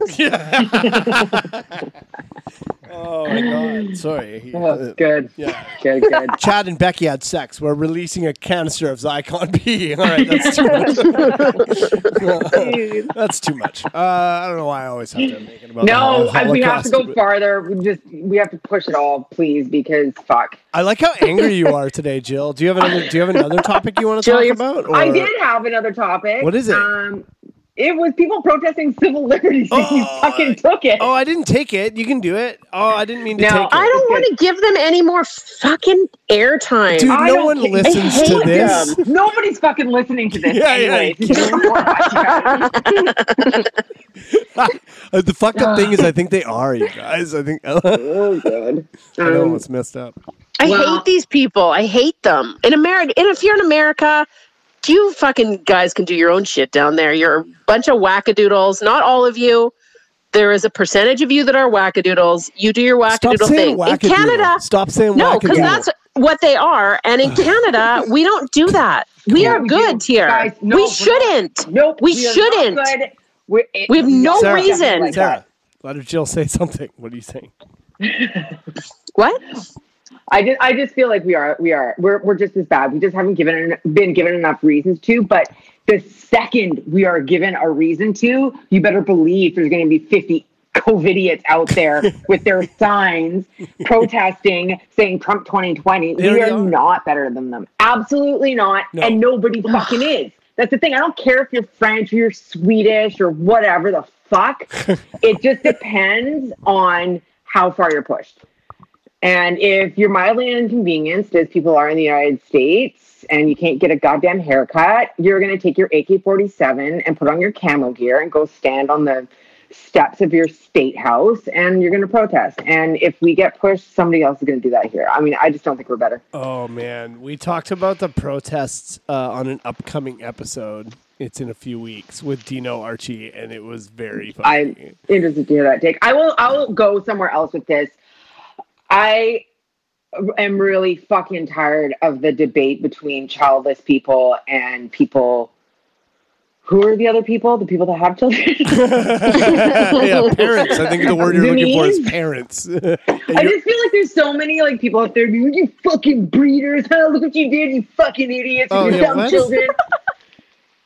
oh my god. Sorry. uh,
lyrics. Oh, good.
Yeah.
Good, good.
Chad and Becky had sex. We're releasing a canister of Zycon B. All right, that's too much.
Dude.
that's too much. Uh, I don't know why I always have to make it about
No,
the
I- we have to
Holocaust,
go
but-
farther. We just we have to push it all, please, because fuck.
I like how angry you are today, Jill. Do you have another? Do you have another topic you want to
Jill,
talk
you're-
about?
I
or-
did have another topic.
What is it?
Um, it was people protesting civil liberties, and you
Oh,
fucking took it.
Oh, I didn't take it. You can do it. Oh, I didn't mean to
No,
take it.
I don't want to give them any more fucking airtime.
Dude,
I
no
don't
one
ca-
listens
I
to
hate
this.
um, Nobody's fucking listening to this
Yeah, yeah,
anyway.
you Uh, the fucked up thing is, I think they are, you guys. I think I
oh, good.
know
Um,
it's messed up.
I
Well-
hate these people. I hate them. In America, and if you're in America, you fucking guys can do your own shit down there. You're a bunch of wackadoodles. Not all of you, There is a percentage of you that are wackadoodles. You do your
Stop
wackadoodle
saying
thing. In
wackadoodle.
Canada,
Stop saying
no,
wackadoodle.
because that's what they are. And in Canada, we don't do that. We
Yeah,
are
we
good
do.
here.
Guys, no, we're
we
not.
shouldn't.
Nope.
We
are not
shouldn't.
good. We're- it-
We have no
Sarah,
reason.
like
Sarah,
that.
let her Jill say something. What are you saying?
What?
I just, I just feel like we are, we are, we're, we're just as bad. We just haven't given, en- been given enough reasons to. But the second we are given a reason to, you better believe there's going to be 50 COVIDiots out there with their signs protesting, saying Trump 2020.
They
we
already
are
are.
not better than them. Absolutely not.
No.
And nobody fucking is. That's the thing. I don't care if you're French or you're Swedish or whatever the fuck. it just depends on how far you're pushed. And if you're mildly inconvenienced, as people are in the United States, and you can't get a goddamn haircut, you're going to take your AK 47 and put on your camo gear and go stand on the steps of your state house and you're going to protest. And if we get pushed, somebody else is going to do that here. I mean, I just don't think we're better.
Oh man, we talked about the protests uh, on an upcoming episode. It's in a few weeks with Dino Archie, and it was very
I'm
funny.
interested to hear that take. I will. I will go somewhere else with this. I am really fucking tired of the debate between childless people and people. Who are the other people? The people that have children.
yeah, parents. I think the word you're
The
looking for is
memes?
parents. And
I
you're-
just feel like there's so many like people out there. being, You fucking breeders! Huh? Look what you did! You fucking idiots!
Oh,
and you
yeah,
dumb
what?
children.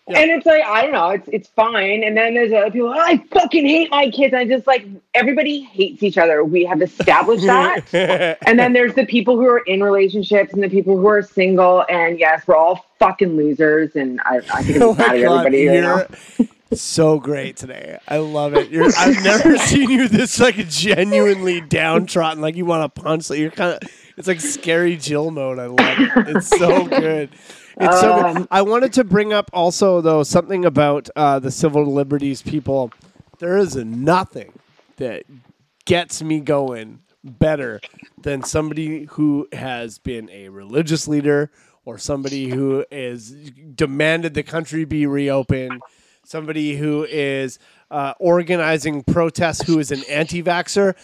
Yeah.
And it's like I don't know. It's it's fine. And then there's other people. I fucking hate my kids. I just like everybody hates each other. We have established that. And then there's the people who are in relationships and the people who are single. And yes, we're all fucking losers. And I, I think
Oh
it's
my
bad at
God,
everybody right now.
you're so great today. I love it. You're, I've never seen you this like genuinely downtrodden. Like you want to punch. Like you're kind of. It's like scary Jill mode. I love it. It's so good. It's so good.
Um,
I wanted to bring up also though something about uh, the civil liberties people. There is nothing that gets me going better than somebody who has been a religious leader or somebody who is demanded the country be reopened, somebody who is uh, organizing protests, who is an anti-vaxxer,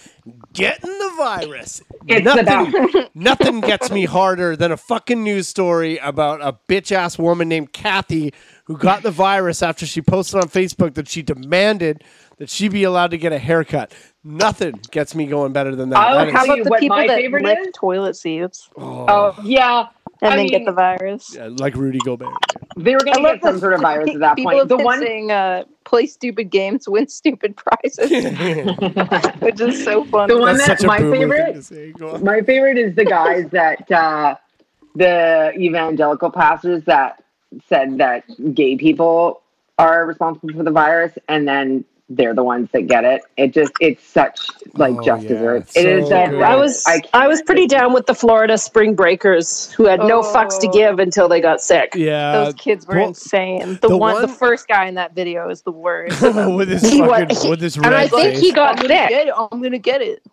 getting the virus.
It's the
nothing, nothing gets me harder than a fucking news story about a bitch ass woman named Kathy who got the virus after she posted on Facebook that she demanded that she be allowed to get a haircut. Nothing gets me going better than that.
Oh,
That is-
How
Tell
about
you
the
what
people
my
that
favorite
lick
is?
toilet seats
Oh yeah.
and
I
then get
mean,
the virus?
Yeah, like Rudy Gobert.
They were
I
going to
love
get some
those
sort of virus at that
people
point.
have
The
been
one
saying uh, play stupid games, win stupid prizes, which is so funny.
The one-
That's
that-
such a
my
boomer thing
favorite-
to say. Go on.
My favorite is the guys that uh, the evangelical pastors that said that gay people are responsible for the virus, and then they're the ones that get it. It just it's such like
Oh,
just
yeah,
desserts.
it's
It is.
so
a-
good.
I was I,
can't-
was pretty down with the Florida spring breakers who had no fucks to
Oh.
give until they got sick.
Yeah.
those kids were
Uh, well,
insane. The,
the
one, the
one-
first guy in that video is the worst.
with this
He wa-
fucking,
he-
with this red
And I think
face.
he got
I'm gonna
sick.
get it. I'm gonna get it.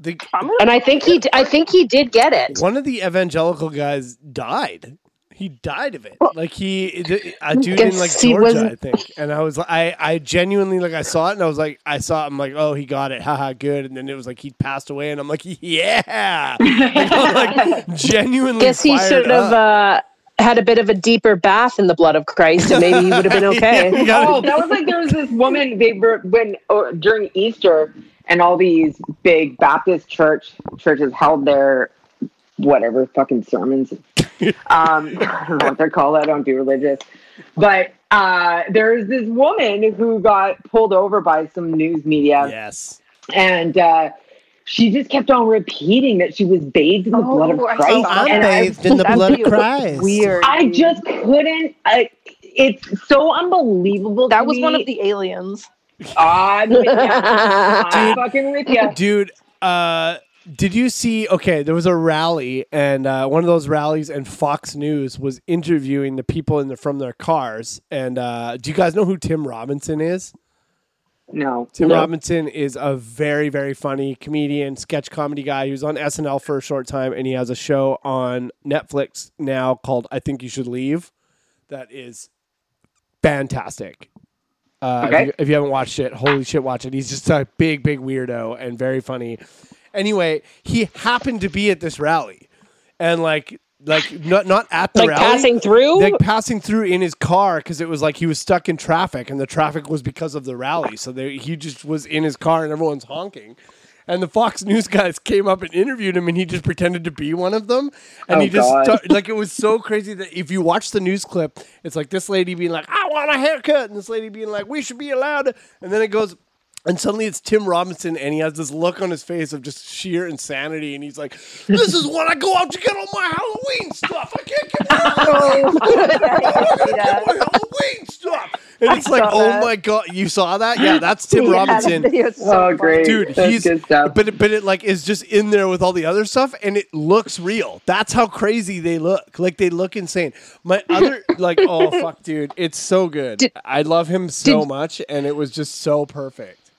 The-
I'm gonna
And I think he d- I think he did get it.
one of the evangelical guys died. He died of it. Like he, th- a dude in
guess
like
he
Georgia,
wasn't-
I think. And I was, like, I, I genuinely like, I saw it and I was like, I saw it. I'm like, oh, he got it, haha, good. And then it was like he passed away, and I'm like, yeah. Like, I'm like genuinely.
Guess he
fired
should have
up.
uh, had a bit of a deeper bath in the blood of Christ, and maybe he would have been
Yeah,
uh, okay.
he got it.
Oh, that was like there was this woman they were when or during Easter and all these big Baptist church churches held their whatever fucking sermons. um, I don't know what they're called. I don't do religious, but uh, there's this woman who got pulled over by some news media
Oh, Yes.
and. Uh, she just kept on repeating that she was bathed in the blood of
Oh, I
Christ.
saw that.
and I
in the
That video was Weird.
I
dude.
just couldn't. I, it's so unbelievable. to
that was
me.
one of the aliens.
I'm with ya. I'm
Dude.
fucking with you.
dude uh did you see okay there was a rally and uh, one of those rallies and fox news was interviewing the people in the, from their cars and uh, do you guys know who tim robinson is
No.
tim
No.
robinson is a very very funny comedian sketch comedy guy he was on snl for a short time and he has a show on netflix now called i think you should leave that is fantastic Uh,
Okay.
if, you, if you haven't watched it, holy shit, watch it. He's just a big, big weirdo and very funny. Anyway, he happened to be at this rally, and like, like not not at the
like
rally,
passing through.
like passing through in his car because it was like he was stuck in traffic and the traffic was because of the rally. So they, he just was in his car and everyone's honking. And the Fox News guys came up and interviewed him, and he just pretended to be one of them. And
Oh,
he just
God.
start- like it was so crazy that if you watch the news clip, it's like this lady being like, "I want a haircut," and this lady being like, "We should be allowed," to-" and then it goes. And suddenly it's Tim Robinson, and he has this look on his face of just sheer insanity. And he's like, This is what I go out to get all my Halloween stuff. I can't get
yeah.
my Halloween stuff. And it's like,
saw
oh
that.
my god, you saw that? Yeah, that's Tim
Yeah, that
Robinson.
video's so
Oh,
funny.
great.
Dude,
That's
he's
good stuff.
but it, but it like is just in there with all the other stuff, and it looks real. That's how crazy they look. Like they look insane. My other like, oh fuck, dude, it's so good.
Did-
I love him so
did-
much, and it was just so perfect.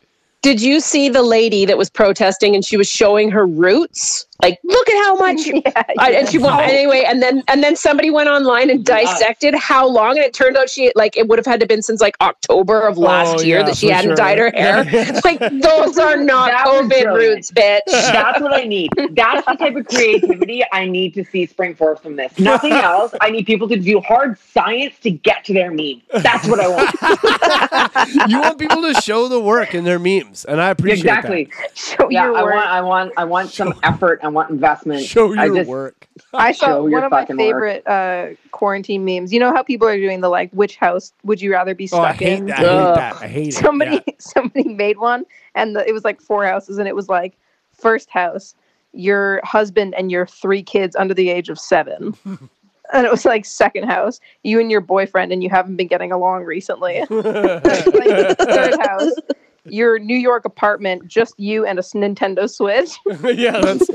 Did you see the lady that was protesting and she was showing her roots? Like, look at how much.
Yeah,
I, and she went anyway, and then and then somebody went online and dissected how long, and it turned out she like it would have had to been since like October of last
Oh,
year
yeah,
that she
for
hadn't
sure.
dyed her hair. like those are not
That was
COVID
brilliant.
roots, bitch.
That's what I need. That's the type of creativity I need to see spring forth from this. Nothing else. I need people to do hard science to get to their meme. That's what I want.
You want people to show the work in their memes, and I appreciate
exactly.
Show
Yeah,
your
I
work.
want. I want. I want some effort. I want
that.
investment.
Show
I
your
just-
work.
I saw
Show your
one of my
fucking work.
favorite uh, quarantine memes. You know how people are doing the like, which house would you rather be
Oh,
stuck
I hate
in?
that. I hate
Ugh.
that. I hate it.
Somebody
Yeah.
somebody made one, and the, it was like four houses, and it was like first house, your husband and your three kids under the age of seven, and it was like second house, you and your boyfriend, and you haven't been getting along recently. like, third house. Your New York apartment, just you and a s- Nintendo Switch.
yeah, that's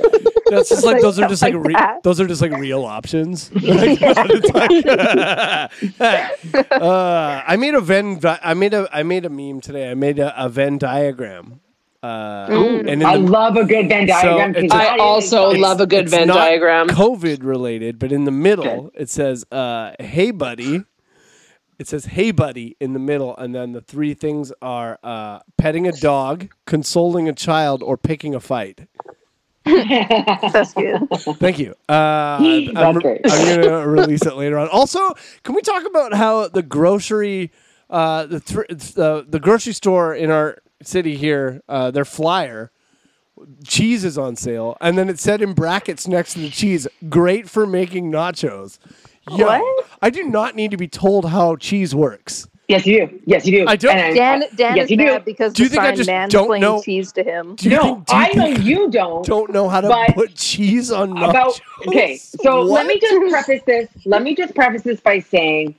that's just like
Like
those are just like,
stuff like
re-
that.
those are just like real options. Like, not- it's like- uh, I made a Venn. Di- I made a I made a meme today. I made a, a Venn diagram. Uh, and in
I
the-
love a good Venn diagram.
it's-
because
I
that
also
is-
love a good
it's
Venn
not
diagram.
COVID related, but in the middle it says, uh, "Hey buddy." It says, "Hey buddy" in the middle, and then the three things are uh, petting a dog, consoling a child, or picking a fight.
That's good.
Thank you. Uh, I'm,
That's
I'm-
great.
I'm gonna release it later on. Also, can we talk about how the grocery, uh, the thr the, the grocery store in our city here, uh, their flyer, cheese is on sale, and then it said in brackets next to the cheese, "Great for making nachos." Yo,
What?
I do not need to be told how cheese works.
Yes, you do. Yes, you do.
I don't-
And-
Dan, Dan
yes,
is
you do.
mad because
Do you
the
think I
sign
just
man's
don't
playing
know-
teased to him.
Do you
no,
think, do you
I know
think
you don't.
don't know how to
but-
put cheese on nachos?
about okay so let me
Oh, What?
just preface this let me just preface this by saying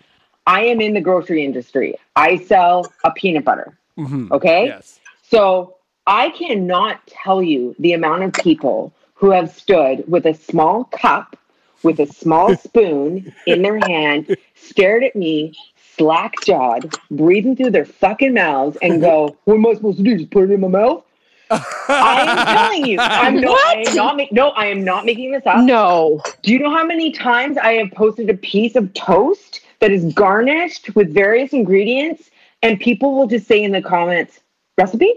i am in the grocery industry i sell a peanut butter
Mhm.
okay
Yes.
so i cannot tell you the amount of people who have stood with a small cup with a small spoon in their hand stared at me slack jawed breathing through their fucking mouths and go what am i supposed to do just put it in my mouth I'm telling you, I'm not. I am not make, no, I am not making this up.
No,
Do you know how many times I have posted a piece of toast that is garnished with various ingredients and people will just say in the comments, recipe?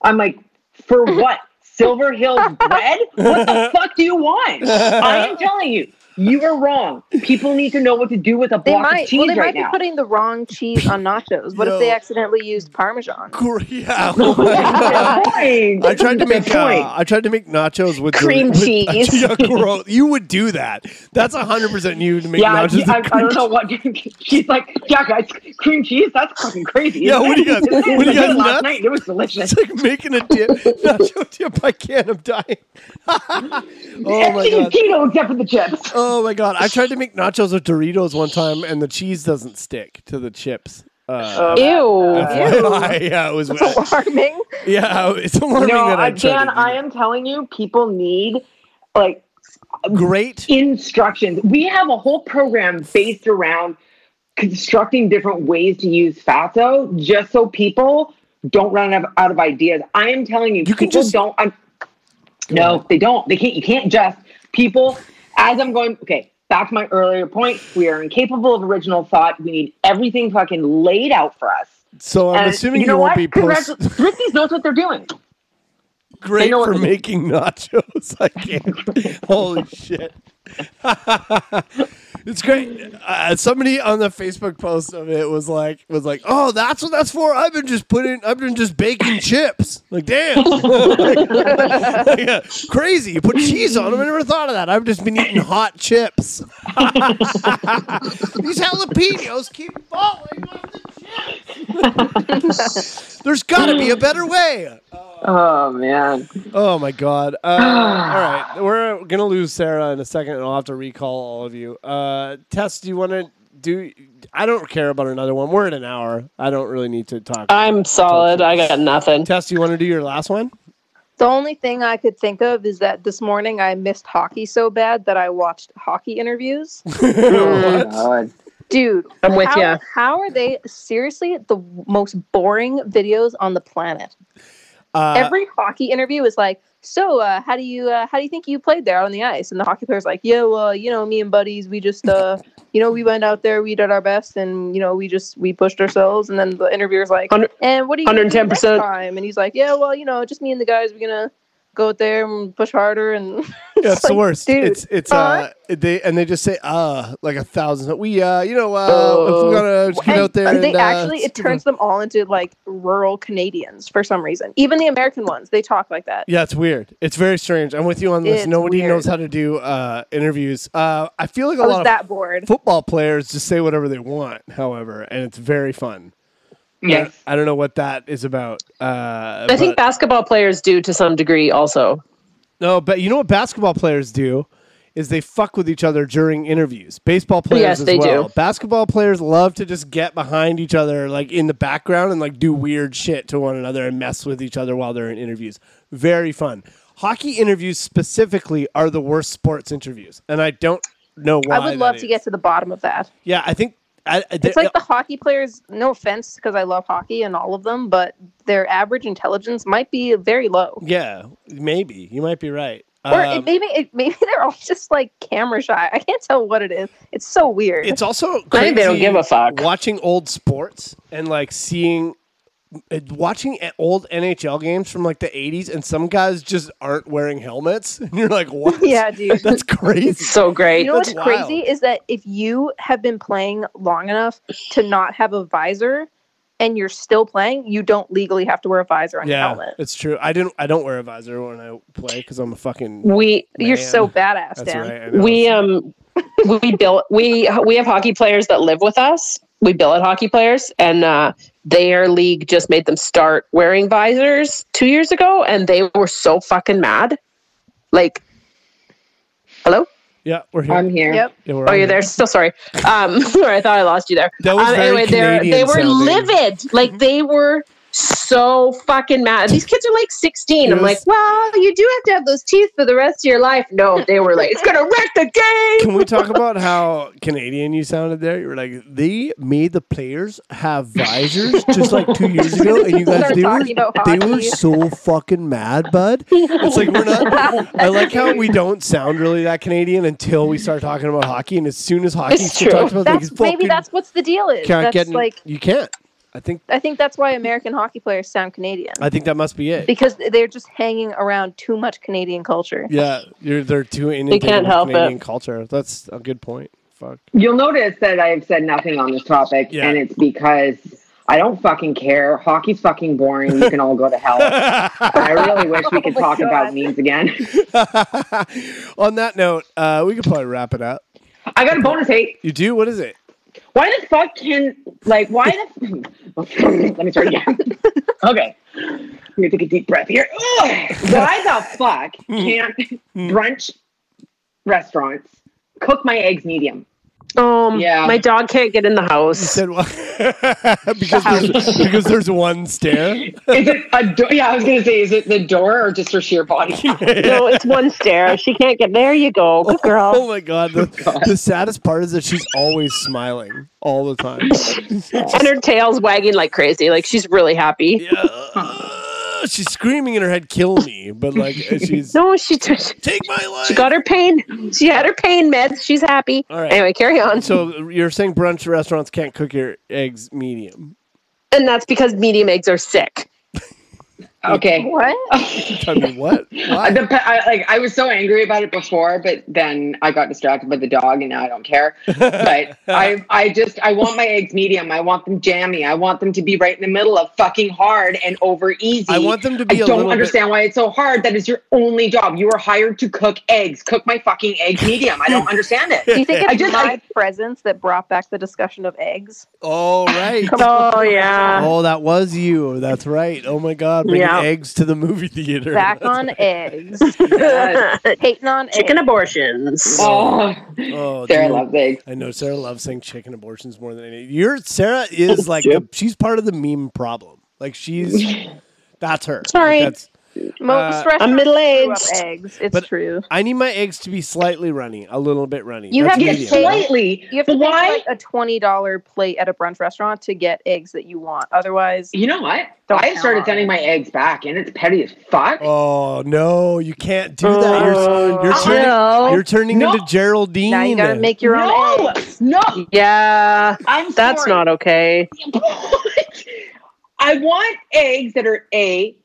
I'm like, for what? Silver Hills bread? What the fuck do you want? I am telling you, you are wrong. People need to know what to do with a
They
block
might.
of cheese
well, they
right
might be
now.
putting the wrong cheese on nachos. What
Yo.
if they accidentally used Parmesan?
Gr- Yeah.
Fine.
I tried to make
Good point.
uh, I tried to make nachos with
Cream
with-
cheese.
yeah, gross. You would do that. That's hundred percent you to make
yeah, I,
nachos. with
I, I
cream
don't know what she's like. Yeah, guys, cream cheese. That's fucking crazy.
Yeah, what do you guys-
This is
what do you
good
guys nuts?
Last night it was delicious.
cheese. It's like making a dip, nacho dip. I can't. I'm dying. oh my
Everything is
god.
keto except for the chips.
Oh my god. I tried to make nachos with Doritos one time, and the cheese doesn't stick to the chips. Uh,
Um,
ew.
FYI, yeah, it was.
Alarming.
Yeah, it's alarming
No,
that I tried
again,
to do
I
that.
am telling you, people need like
great.
instructions. We have a whole program based around constructing different ways to use fatso, just so people don't run out of- out of ideas. I am telling you,
You
people
can just-
don't. I'm, no, they don't. They can't. You can't just people. As I'm going, okay. Back to my earlier point, we are incapable of original thought. We need everything fucking laid out for us.
So I'm
And
assuming
you
you,
know
won't
what?
be
Congrats-
post
Thrifties knows what they're doing.
great
know what
for
they-
making nachos. I can't. Holy shit. it's great. Uh, somebody on the Facebook post of it was like, was like, oh, that's what that's for. I've been just putting, I've been just baking chips. Like, damn, Like, uh, crazy. You put cheese on them. I never thought of that. I've just been eating hot chips. These jalapenos keep falling off the chips. There's got to be a better way.
Oh man.
Oh my god! Uh, all right, we're gonna lose Sarah in a second, and I'll have to recall all of you. Uh, Tess, do you want to do? I don't care about another one. We're at an hour. I don't really need to talk.
I'm solid. I got nothing.
Tess, do you want to do your last one?
The only thing I could think of is that this morning I missed hockey so bad that I watched hockey interviews.
What?
God.
Dude,
I'm with
how,
you.
how are they seriously the most boring videos on the planet?
Uh,
Every hockey interview is like, so uh, how do you uh, how do you think you played there on the ice? And the hockey player's like, yeah, well, you know, me and buddies, we just uh, you know, we went out there, we did our best, and you know, we just we pushed ourselves. And then the interviewer's like,
Hundred-
and what do you gonna do next
110%.
time? And he's like, yeah, well, you know, just me and the guys, we're gonna go out there and push harder and
yeah, it's the
like,
worst.
dude,
it's it's uh,
huh?
they and they just say uh like a thousand. We uh, you know, uh, if
Oh.
we're gonna just get
And
out there.
They
and, uh,
actually it turns them all into like rural Canadians for some reason. Even the American ones, they talk like that.
Yeah, it's weird. It's very strange. I'm with you on this.
It's
Nobody
weird.
knows how to do uh, interviews. Uh, I feel like a
I
lot
was
of
that bored.
football players just say whatever they want, however, and it's very fun.
Yes.
I don't know what that is about. Uh,
I think
but-
basketball players do to some degree also.
no, but you know what basketball players do is they fuck with each other during interviews. Baseball players
Yes,
as
they
well.
do.
Basketball players love to just get behind each other, like in the background, and like do weird shit to one another and mess with each other while they're in interviews. Very fun. Hockey interviews specifically are the worst sports interviews, and I don't know why.
I would
that
love to
is.
get to the bottom of that.
Yeah, I think I, I-
It's like the hockey players, no offense because I love hockey and all of them, but their average intelligence might be very low.
Yeah, maybe you might be right.
Or
Um,
it, maybe it, maybe they're all just like camera shy. I can't tell what it is. It's so weird.
it's also crazy
I think they don't give a fuck.
watching old sports and like seeing uh, watching a- old NHL games from like the 80s and some guys just aren't wearing helmets and you're like what
yeah, dude.
that's
It's
crazy
so great.
You know
That's
what's crazy
wild.
is that if you have been playing long enough to not have a visor and you're still playing, you don't legally have to wear a visor on your
yeah
helmet.
it's true I didn't I don't wear a visor when I play because I'm a fucking
we
Man,
You're so badass,
that's
Dan.
right I know.
we um we bill we we have hockey players that live with us. We bill at hockey players, and uh, their league just made them start wearing visors two years ago, and they were so fucking mad. Like, hello?
yeah we're here
I'm here.
Yep.
Yeah, we're
Oh,
on
you're
here.
there. Still sorry. Um, sorry, I thought I lost you there.
That was
um,
very
they're- they
Canadian
were
sounding.
livid. Like they were so fucking mad. These kids are like 16. I'm
Yes.
like, well, you do have to have those teeth for the rest of your life. No, they were like, it's gonna wreck the game.
Can we talk about how Canadian you sounded there? You were like, they made the players have visors just like two years ago, and you guys
Start
they were,
talking about
they were
hockey.
so fucking mad, bud. It's like we're not. I like how we don't sound really that Canadian until we start talking about hockey, and as soon as hockey
It's
starts
true.
talking about
That's
like,
maybe that's what's the deal is.
can't
That's
get
like
you can't. I think
I think that's why American hockey players sound Canadian
I think that must be it.
because they're just hanging around too much Canadian culture.
Yeah, you're they're too inundated
can't
with
help it.
Canadian culture. That's a good point. Fuck.
You'll notice that I've said nothing on this topic,
Yeah.
and it's because I don't fucking care. Hockey's fucking boring. You can all go to hell. I really wish we could
Oh my
talk about
God.
memes again.
On that note, uh, we could probably wrap it up.
I got a bonus eight.
You do? What is it?
Why the fuck can like why the let me start again. okay. I'm gonna take a deep breath here. Ugh. Why the fuck
Hmm.
can't brunch restaurants cook my eggs medium?
Um,
Yeah.
my dog can't get in the
You
house.
said wha- because there's, because there's one stare.
Is it a door? Yeah, I was gonna say, is it the door or just her sheer body?
no, it's one stare. She can't get. There you go, good
Oh
girl.
my god! The, the saddest part is that she's always smiling all the time.
And her tail's wagging like crazy. Like she's really happy.
Yeah. Uh, she's screaming in her head, "Kill me!" But like uh, she's
No, she
take my life.
she got her pain. She had her pain meds. She's happy.
All right.
Anyway, carry on.
so you're saying brunch restaurants can't cook your eggs medium?
and that's because medium eggs are sick.
Okay.
What?
I mean, what? Why?
Uh, the pe- I, like I was so angry about it before, but then I got distracted by the dog, and now I don't care. But I, I just I want my eggs medium. I want them jammy. I want them to be right in the middle of fucking hard and over easy.
I want them to
I
be a
don't
little bit.
understand why it's so hard. That is your only job. You are hired to cook eggs. Cook my fucking eggs medium. I don't understand it.
Do you think it's
I just-
my
I-
presence that brought back the discussion of eggs?
All right.
Oh yeah.
Oh, that was you. That's right. Oh my God, bringing
Yeah.
eggs to the movie theater.
Back on eggs.
Yes.
Hating on
Chicken
eggs.
abortions.
Oh,
Oh,
Sarah
dude.
loves eggs.
I know Sarah loves saying chicken abortions more than any. Your Sarah is like the, she's part of the meme problem. Like she's that's her. Like,
Sorry.
that's,
uh,
Most restaurants
I'm
screw up
middle-aged.
eggs. It's
But-
true.
I need my eggs to be slightly runny, a little bit runny.
You
That's
have to
medium.
Yes,
say-
slightly.
You have to
But
pay
why?
like a twenty dollar plate at a brunch restaurant to get eggs that you want. Otherwise,
you know what?
Don't
I
count
started
on
sending
it.
my eggs back, and it's petty as fuck.
Oh no, you can't do that. You're,
Oh,
you're turning-
Jill.
you're turning
No.
into Geraldine.
Uh, now you gotta make your
no,
own eggs.
no,
yeah,
I'm
that's
sorry.
not okay.
I want eggs that are A,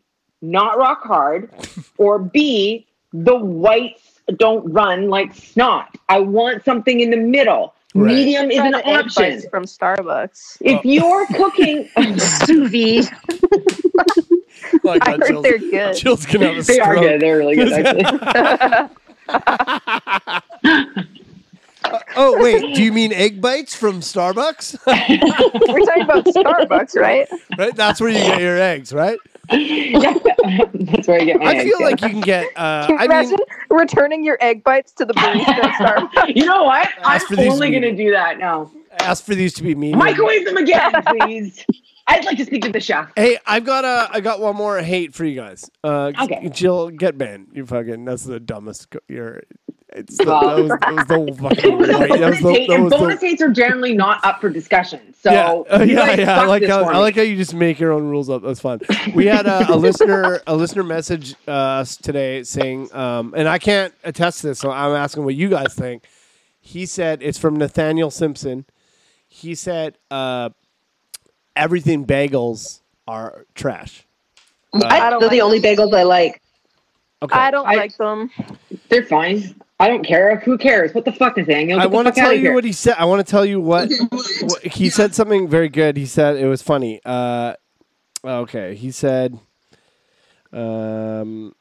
not rock hard, or B, the whites don't run like snot. I want something in the middle.
Right.
Medium is
Try
an
the egg
option.
bites from Starbucks.
If you're cooking,
Sous vide.
Oh,
I
God,
heard
Jill's,
they're good.
Jill's gonna have a
they are
stroke.
good. They're really good, actually.
Oh wait, do you mean egg bites from Starbucks?
We're talking about Starbucks, right?
right, that's where you get your eggs, right?
That's where I get my
I
eggs.
feel
yeah.
like you can get. Uh,
Can you
I
imagine
mean,
returning your egg bites to the barista at Starbucks?
you know what?
Ask for
I'm
these
only going to
medium.
do that now.
ask for these to be medium.
Microwave them again, please. I'd like to speak to the chef.
Hey, I've got a, I got one more hate for you guys. Uh,
Okay.
Jill, get banned. You fucking. That's the dumbest. co- You're. It's the,
Well.
that, was, that was the whole fucking.
Bonus
right, that was the-
hate-
that
and
was the-
bonus hates are generally not up for discussion. So
yeah, Uh,
you
yeah,
guys
yeah. I
suck
like
this
how
for
I
me.
like how you just make your own rules up. That's fun. We had a, a listener a listener message uh, us today saying, um, and I can't attest to this, so I'm asking what you guys think. He said it's from Nathaniel Simpson. He said uh, everything bagels are trash.
I,
don't
they're the
like
only bagels I like.
Okay,
I don't
I-
like them.
They're fine. I don't care. Who cares? What the fuck is Daniel?
I
Get
want
the
to
fuck out
tell
of
you
here.
what he said. I want to tell you what, what he said. Something very good. He said it was funny. Uh, okay, he said. Um,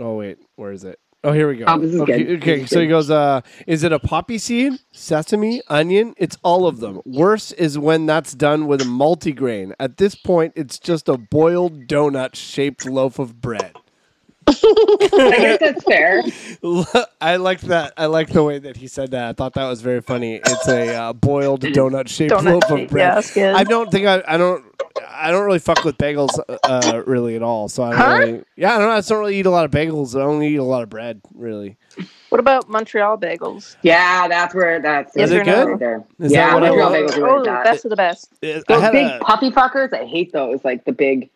oh wait, where is it? Oh, here we go.
Oh, this is
okay,
good.
okay.
This is
so he
good.
goes. Uh, is it a poppy seed, sesame, onion? It's all of them. Worse is when that's done with a multigrain. At this point, it's just a boiled donut shaped loaf of bread.
I guess that's fair.
I like that. I like the way that he said that. I thought that was very funny. It's a uh, boiled donut shaped
Donut
loaf of
shape,
bread.
yeah, that's good.
I don't think I, I don't. I don't really fuck with bagels uh, really at all. So I don't
Huh?
really, yeah, I don't, I just don't really eat a lot of bagels. I only eat a lot of bread, really.
What about Montreal bagels?
Yeah, that's where that's.
Is
that's
it
right
good?
There.
Is
yeah,
that what I
Montreal
want?
bagels are really
Oh,
bad.
that's the best.
Uh, I
Those
had
big
a-
puffy fuckers, I hate those. Like the big.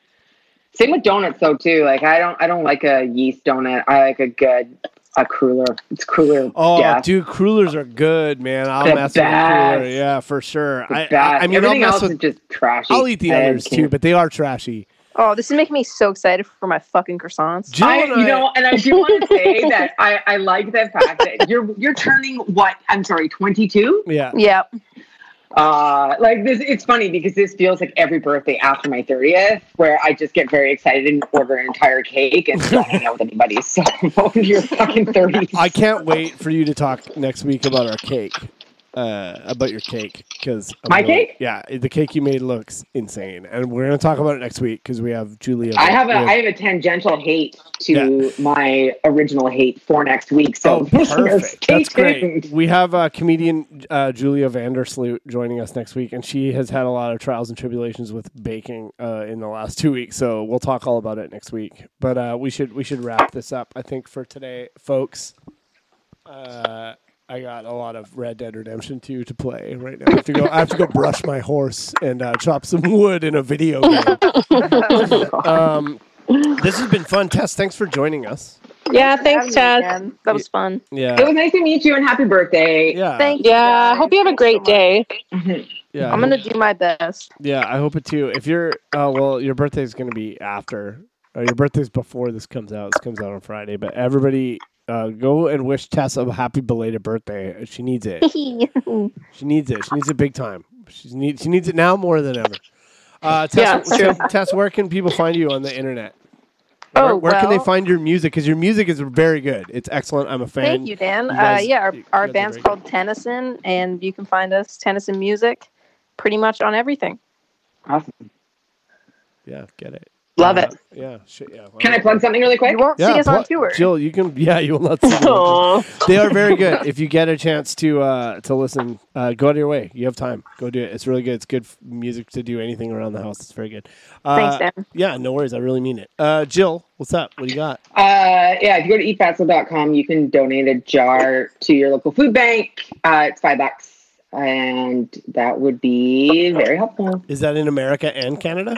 Same with donuts though too. Like I don't, I don't like a yeast donut. I like a good, a cruller. It's cruller.
oh,
death.
dude, crullers are good, man. I'll
The
mess with a cruller,
best.
yeah, for sure.
The
I, I,
best.
I mean,
everything
I'll mess
else
with.
is just trashy.
I'll eat the
I
others too,
can't-
but they are trashy.
Oh, this is making me so excited for my fucking croissants.
Jill
I,
and I-
you know, and I do want to say that I, I like the fact that you're you're turning what I'm sorry, 22.
yeah,
Yeah,
Uh, like this, it's funny because this feels like every birthday after my 30th, where I just get very excited and order an entire cake and don't hang out with anybody. So welcome to your fucking 30s.
I can't wait for you to talk next week about our cake, uh, about your cake, because
My cake?
yeah, the cake you made looks insane, and we're gonna talk about it next week because we have Julia.
I have a
we
I have a tangential hate to my original hate for next week. So
oh, perfect.
stay
That's
tuned.
great. We have uh, comedian uh, Julia Vandersloot joining us next week, and she has had a lot of trials and tribulations with baking uh, in the last two weeks. So we'll talk all about it next week. But uh, we should we should wrap this up. I think for today, folks. Uh, I got a lot of Red Dead Redemption 2 to play right now. I have to go. I have to go brush my horse and uh, chop some wood in a video game. um, this has been fun, Tess. Thanks for joining us.
Yeah,
Having
thanks,
you
Chad.
again. That was fun.
It
Yeah,
was nice to meet you and happy birthday.
yeah.
Thank you.
Yeah, I hope you have a
Thanks so
great
much.
day.
Yeah,
I'm
I
gonna do my best.
Yeah, I hope it too. If you're, uh, well, your birthday's going to be after, or your birthday's before this comes out. This comes out on Friday, but everybody, uh, go and wish Tessa a happy belated birthday. She needs it. she needs it. She needs it big time. She needs. She needs it now more than ever. Uh,
Yeah,
Tess,
it's true.
Tess, where can people find you on the internet? Where,
Oh,
where can they
well-
find your music? Because your music is very good. It's excellent. I'm a fan.
Thank you, Dan.
you guys-
uh, yeah, our,
you
our
guys are
band's
very
called Tennyson, and you can find us Tennyson Music, pretty much on everything.
Awesome.
Yeah, get it.
Love
Uh,
it.
Yeah. Shit, yeah.
Can I plug something really quick?
You won't
Yeah,
see us on
pl-
tour.
Jill, you can. Yeah, you will not see. me on tour.
Aw.
they are very good. If you get a chance to uh, to listen, uh, go out of your way. You have time. Go do it. It's really good. It's good f- music to do anything around the house. It's very good. Uh,
Thanks, Dan.
Yeah, no worries. I really mean it. Uh, Jill, what's up? What do you got?
Uh, yeah, if you go to eatfatso.com, you can donate a jar to your local food bank. Uh, it's five bucks, and that would be very helpful.
Is that in America and Canada?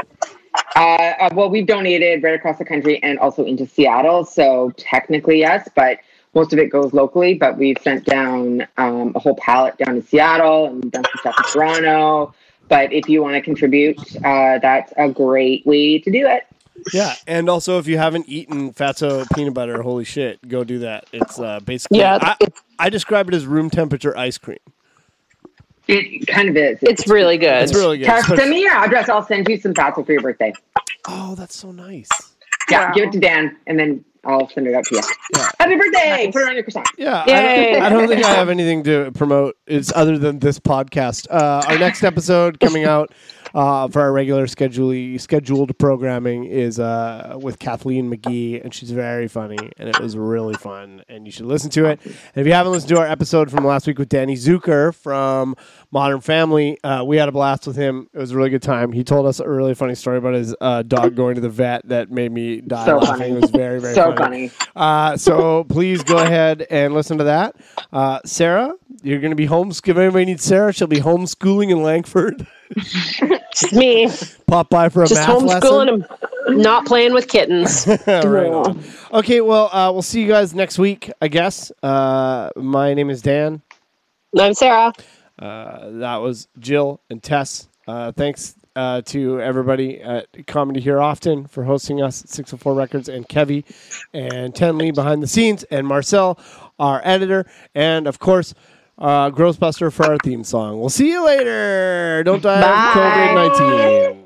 Uh, uh, well, we've donated right across the country and also into Seattle, so technically yes, but most of it goes locally. But we've sent down um, a whole pallet down to Seattle, and we've done some stuff in Toronto. But if you want to contribute, uh, that's a great way to do it.
Yeah. And also, if you haven't eaten Fatso peanut butter, holy shit, go do that. It's uh, basically.
Yeah,
I,
it's- it's,
I describe it as room temperature ice cream.
It kind of is.
it's really good.
It's really good.
Text
especially-
me your address. I'll send you some fatso for your birthday.
Oh, that's so nice.
Yeah,
Wow.
give it to Dan, and then I'll send it up to you.
Yeah.
Happy birthday!
Nice.
Put it on your croissant.
Yeah, I
Yay.
don't, I don't think I have anything to promote. It's other than this podcast. Uh, our next episode coming out uh, for our regular schedule scheduled programming is uh, with Kathleen McGee, and she's very funny, and it was really fun, and you should listen to it. And if you haven't listened to our episode from last week with Danny Zucker from Modern Family, uh, we had a blast with him. It was a really good time. He told us a really funny story about his uh, dog going to the vet that made me die
So
laughing.
funny.
It was very very
so
funny.
funny.
Uh, so please go ahead and listen to that. Uh, Sarah, you're going to be homeschooling. If anybody needs Sarah, she'll be homeschooling in Langford.
Just me.
Pop by for a
Just
math lesson.
homeschooling and not playing with kittens.
Right on. Okay, well, uh, we'll see you guys next week, I guess. Uh, my name is Dan.
I'm Sarah.
Uh, that was Jill and Tess. Uh, thanks uh, to everybody at Comedy Here Often for hosting us at 604 Records and Kevy and Tenley behind the scenes and Marcel, our editor, and of course, uh, Grossbuster for our theme song. We'll see you later. Don't die of
Bye.
COVID 19.